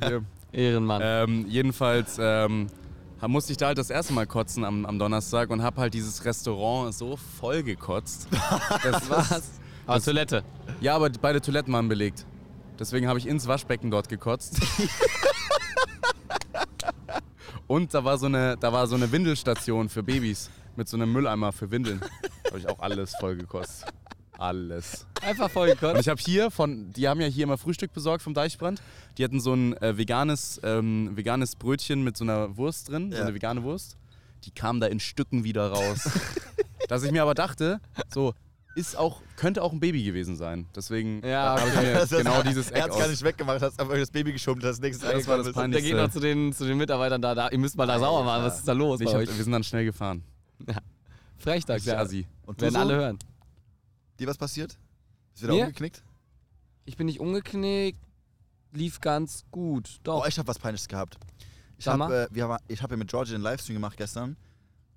A: Äh,
C: Ähm,
A: Ehrenmann.
C: Ähm, jedenfalls ähm, ha- musste ich da halt das erste Mal kotzen am, am Donnerstag und habe halt dieses Restaurant so voll gekotzt. Das war's.
A: Aber Toilette.
C: Ja, aber beide Toiletten waren belegt. Deswegen habe ich ins Waschbecken dort gekotzt. und da war, so eine, da war so eine Windelstation für Babys mit so einem Mülleimer für Windeln. Habe ich auch alles voll gekotzt. Alles.
A: Einfach
C: Und
A: vollgekommen.
C: ich habe hier von, die haben ja hier immer Frühstück besorgt vom Deichbrand. Die hatten so ein äh, veganes, ähm, veganes Brötchen mit so einer Wurst drin, so
B: Ja.
C: eine vegane Wurst. Die kam da in Stücken wieder raus. Dass ich mir aber dachte, so, ist auch, könnte auch ein Baby gewesen sein. Deswegen
A: Ja,
C: habe ich
A: okay.
C: mir
B: Das ist-
C: genau dieses
B: Er
C: Eck
B: hat's gar
C: aus.
B: nicht weggemacht, hast einfach das Baby geschummelt, das nächste
C: Das war
B: angekommen
C: das
B: ist.
C: Peinlichste.
A: Der geht noch zu den, zu den Mitarbeitern da, da. Ihr müsst mal da sauer machen. Was ist da los?
C: Ich
A: Bei
C: hab,
A: euch?
C: wir sind dann schnell gefahren.
A: Frechdachs,
C: Richtig
A: ja.
C: assi.
B: Und du
A: Werden
B: so,
A: alle hören.
B: dir was passiert? Ist wieder
A: Mir?
B: umgeknickt?
A: Ich bin nicht umgeknickt. Lief ganz gut.
B: Oh,
A: Doch.
B: ich habe was Peinliches gehabt. Ich
A: Sag mal.
B: habe äh, wir haben- ich hab ja mit Georgie einen Livestream gemacht gestern.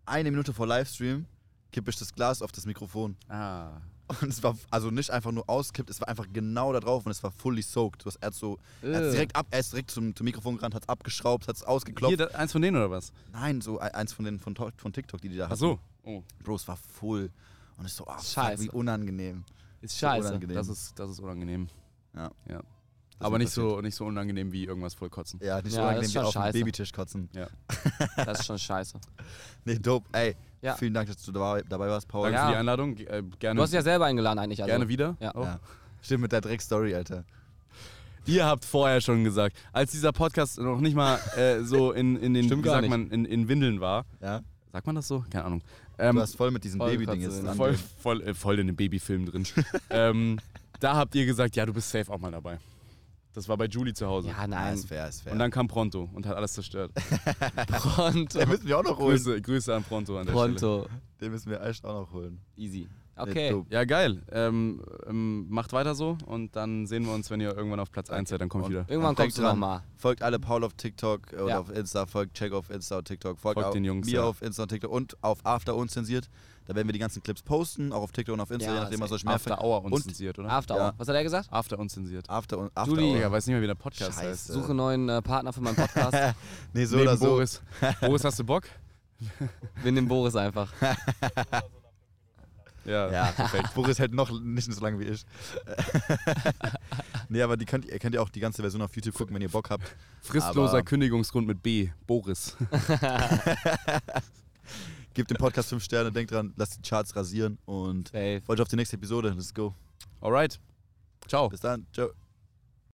B: Eine Minute vor Livestream kippe ich das Glas auf das Mikrofon.
C: Ah.
B: Und es war also nicht einfach nur auskippt, es war einfach genau da drauf und es war fully soaked. Du hast, er hat so, er hat's
A: Äh.
B: direkt ab, er ist direkt zum, zum Mikrofon gerannt, hat es abgeschraubt, hat es
C: Hier,
B: ausgeklopft.
C: da, eins von denen oder was?
B: Nein, so ein- eins von den von, To- von TikTok, die die da
C: Ach
B: hatten.
C: so. Oh,
B: Bro, es war full. Und ich so, ah, fuck,
A: Scheiße.
B: wie unangenehm.
A: ist scheiße.
B: unangenehm.
C: das ist, das ist unangenehm.
B: Ja.
C: Ja.
B: Das
C: aber
B: ist mir
C: nicht so, nicht so unangenehm wie irgendwas vollkotzen.
B: passiert. Ja, nicht so
A: Ja, das
B: angenehm
A: ist
B: wie
A: schon
B: auf dem
A: scheiße.
B: Babytisch kotzen.
A: Das ist schon scheiße.
B: Nee, dope. Ey,
A: Ja.
B: vielen Dank, dass du dabei, dabei warst, Paul.
C: Danke
A: Ja.
C: für die Einladung. Ge- Äh, gerne,
A: Du hast dich ja selber eingeladen eigentlich. Also.
C: gerne wieder.
A: Ja.
C: auch.
B: Ja. Stimmt, mit der Dreckstory, Alter.
C: Ihr habt vorher schon gesagt, als dieser Podcast noch nicht mal äh, so in, in den
A: Stimmt
C: wie
A: gar nicht.
C: sagt man, in, in Windeln war.
B: Ja?
C: Sagt man das so? Keine Ahnung.
B: Du
C: Ähm,
B: hast voll mit diesem
A: voll
B: Baby-Ding
A: Katze
B: jetzt
A: in-
B: an.
C: voll, voll, äh, voll in dem Babyfilm drin. ähm, da habt ihr gesagt, ja, du bist safe auch mal dabei. Das war bei Julie zu Hause.
A: Ja,
B: Ja,
A: nein.
B: ist fair, ist fair.
C: Und dann kam Pronto und hat alles zerstört.
A: Pronto.
B: den müssen wir auch noch holen.
C: Grüße, Grüße an Pronto an der Stelle.
A: Pronto.
B: Den müssen wir echt auch noch holen.
A: Easy.
B: Nee,
A: Okay.
B: dope.
C: Ja, geil. Ähm, ähm, macht weiter so und dann sehen wir uns, wenn ihr irgendwann auf Platz 1 seid, dann komme ich wieder.
A: Irgendwann
B: Und denkt
A: kommst du
B: dran,
A: nochmal.
B: Folgt alle Paul auf TikTok oder
A: Ja.
B: auf Insta, folgt Check auf Insta und TikTok, folgt,
C: Folgt
B: auch
C: den Jungs,
B: mir
C: ja.
B: auf Insta und TikTok und auf After Unzensiert. Da werden wir die ganzen Clips posten, auch auf TikTok und auf Insta,
A: Ja,
B: je nachdem, was
A: safe.
B: euch mehr
C: After
B: fällt.
C: Hour
B: Und-
C: unzensiert, oder?
A: After
B: Ja.
A: Hour. Was hat er gesagt?
C: After unzensiert.
B: After und After.
A: Julie.
B: Hour.
C: Digga, weiß nicht mehr, wie der Podcast
B: Scheiße.
C: heißt.
A: Suche einen neuen äh, Partner für meinen Podcast.
B: Nee, so
C: Neben
B: oder so.
C: Boris. Boris, hast du Bock?
A: Wir nehmen Boris einfach.
B: Ja, perfekt. Boris hält noch nicht so lange wie ich. nee, aber die könnt, ihr könnt ihr auch die ganze Version auf YouTube gucken, wenn ihr Bock habt.
C: Fristloser
B: Aber-
C: Kündigungsgrund mit B. Boris.
B: Gebt dem Podcast 5 Sterne, denkt dran, lasst die Charts rasieren und
A: Safe.
B: freut euch auf die nächste Episode. Let's go.
C: Alright. Ciao.
B: Bis dann. Ciao.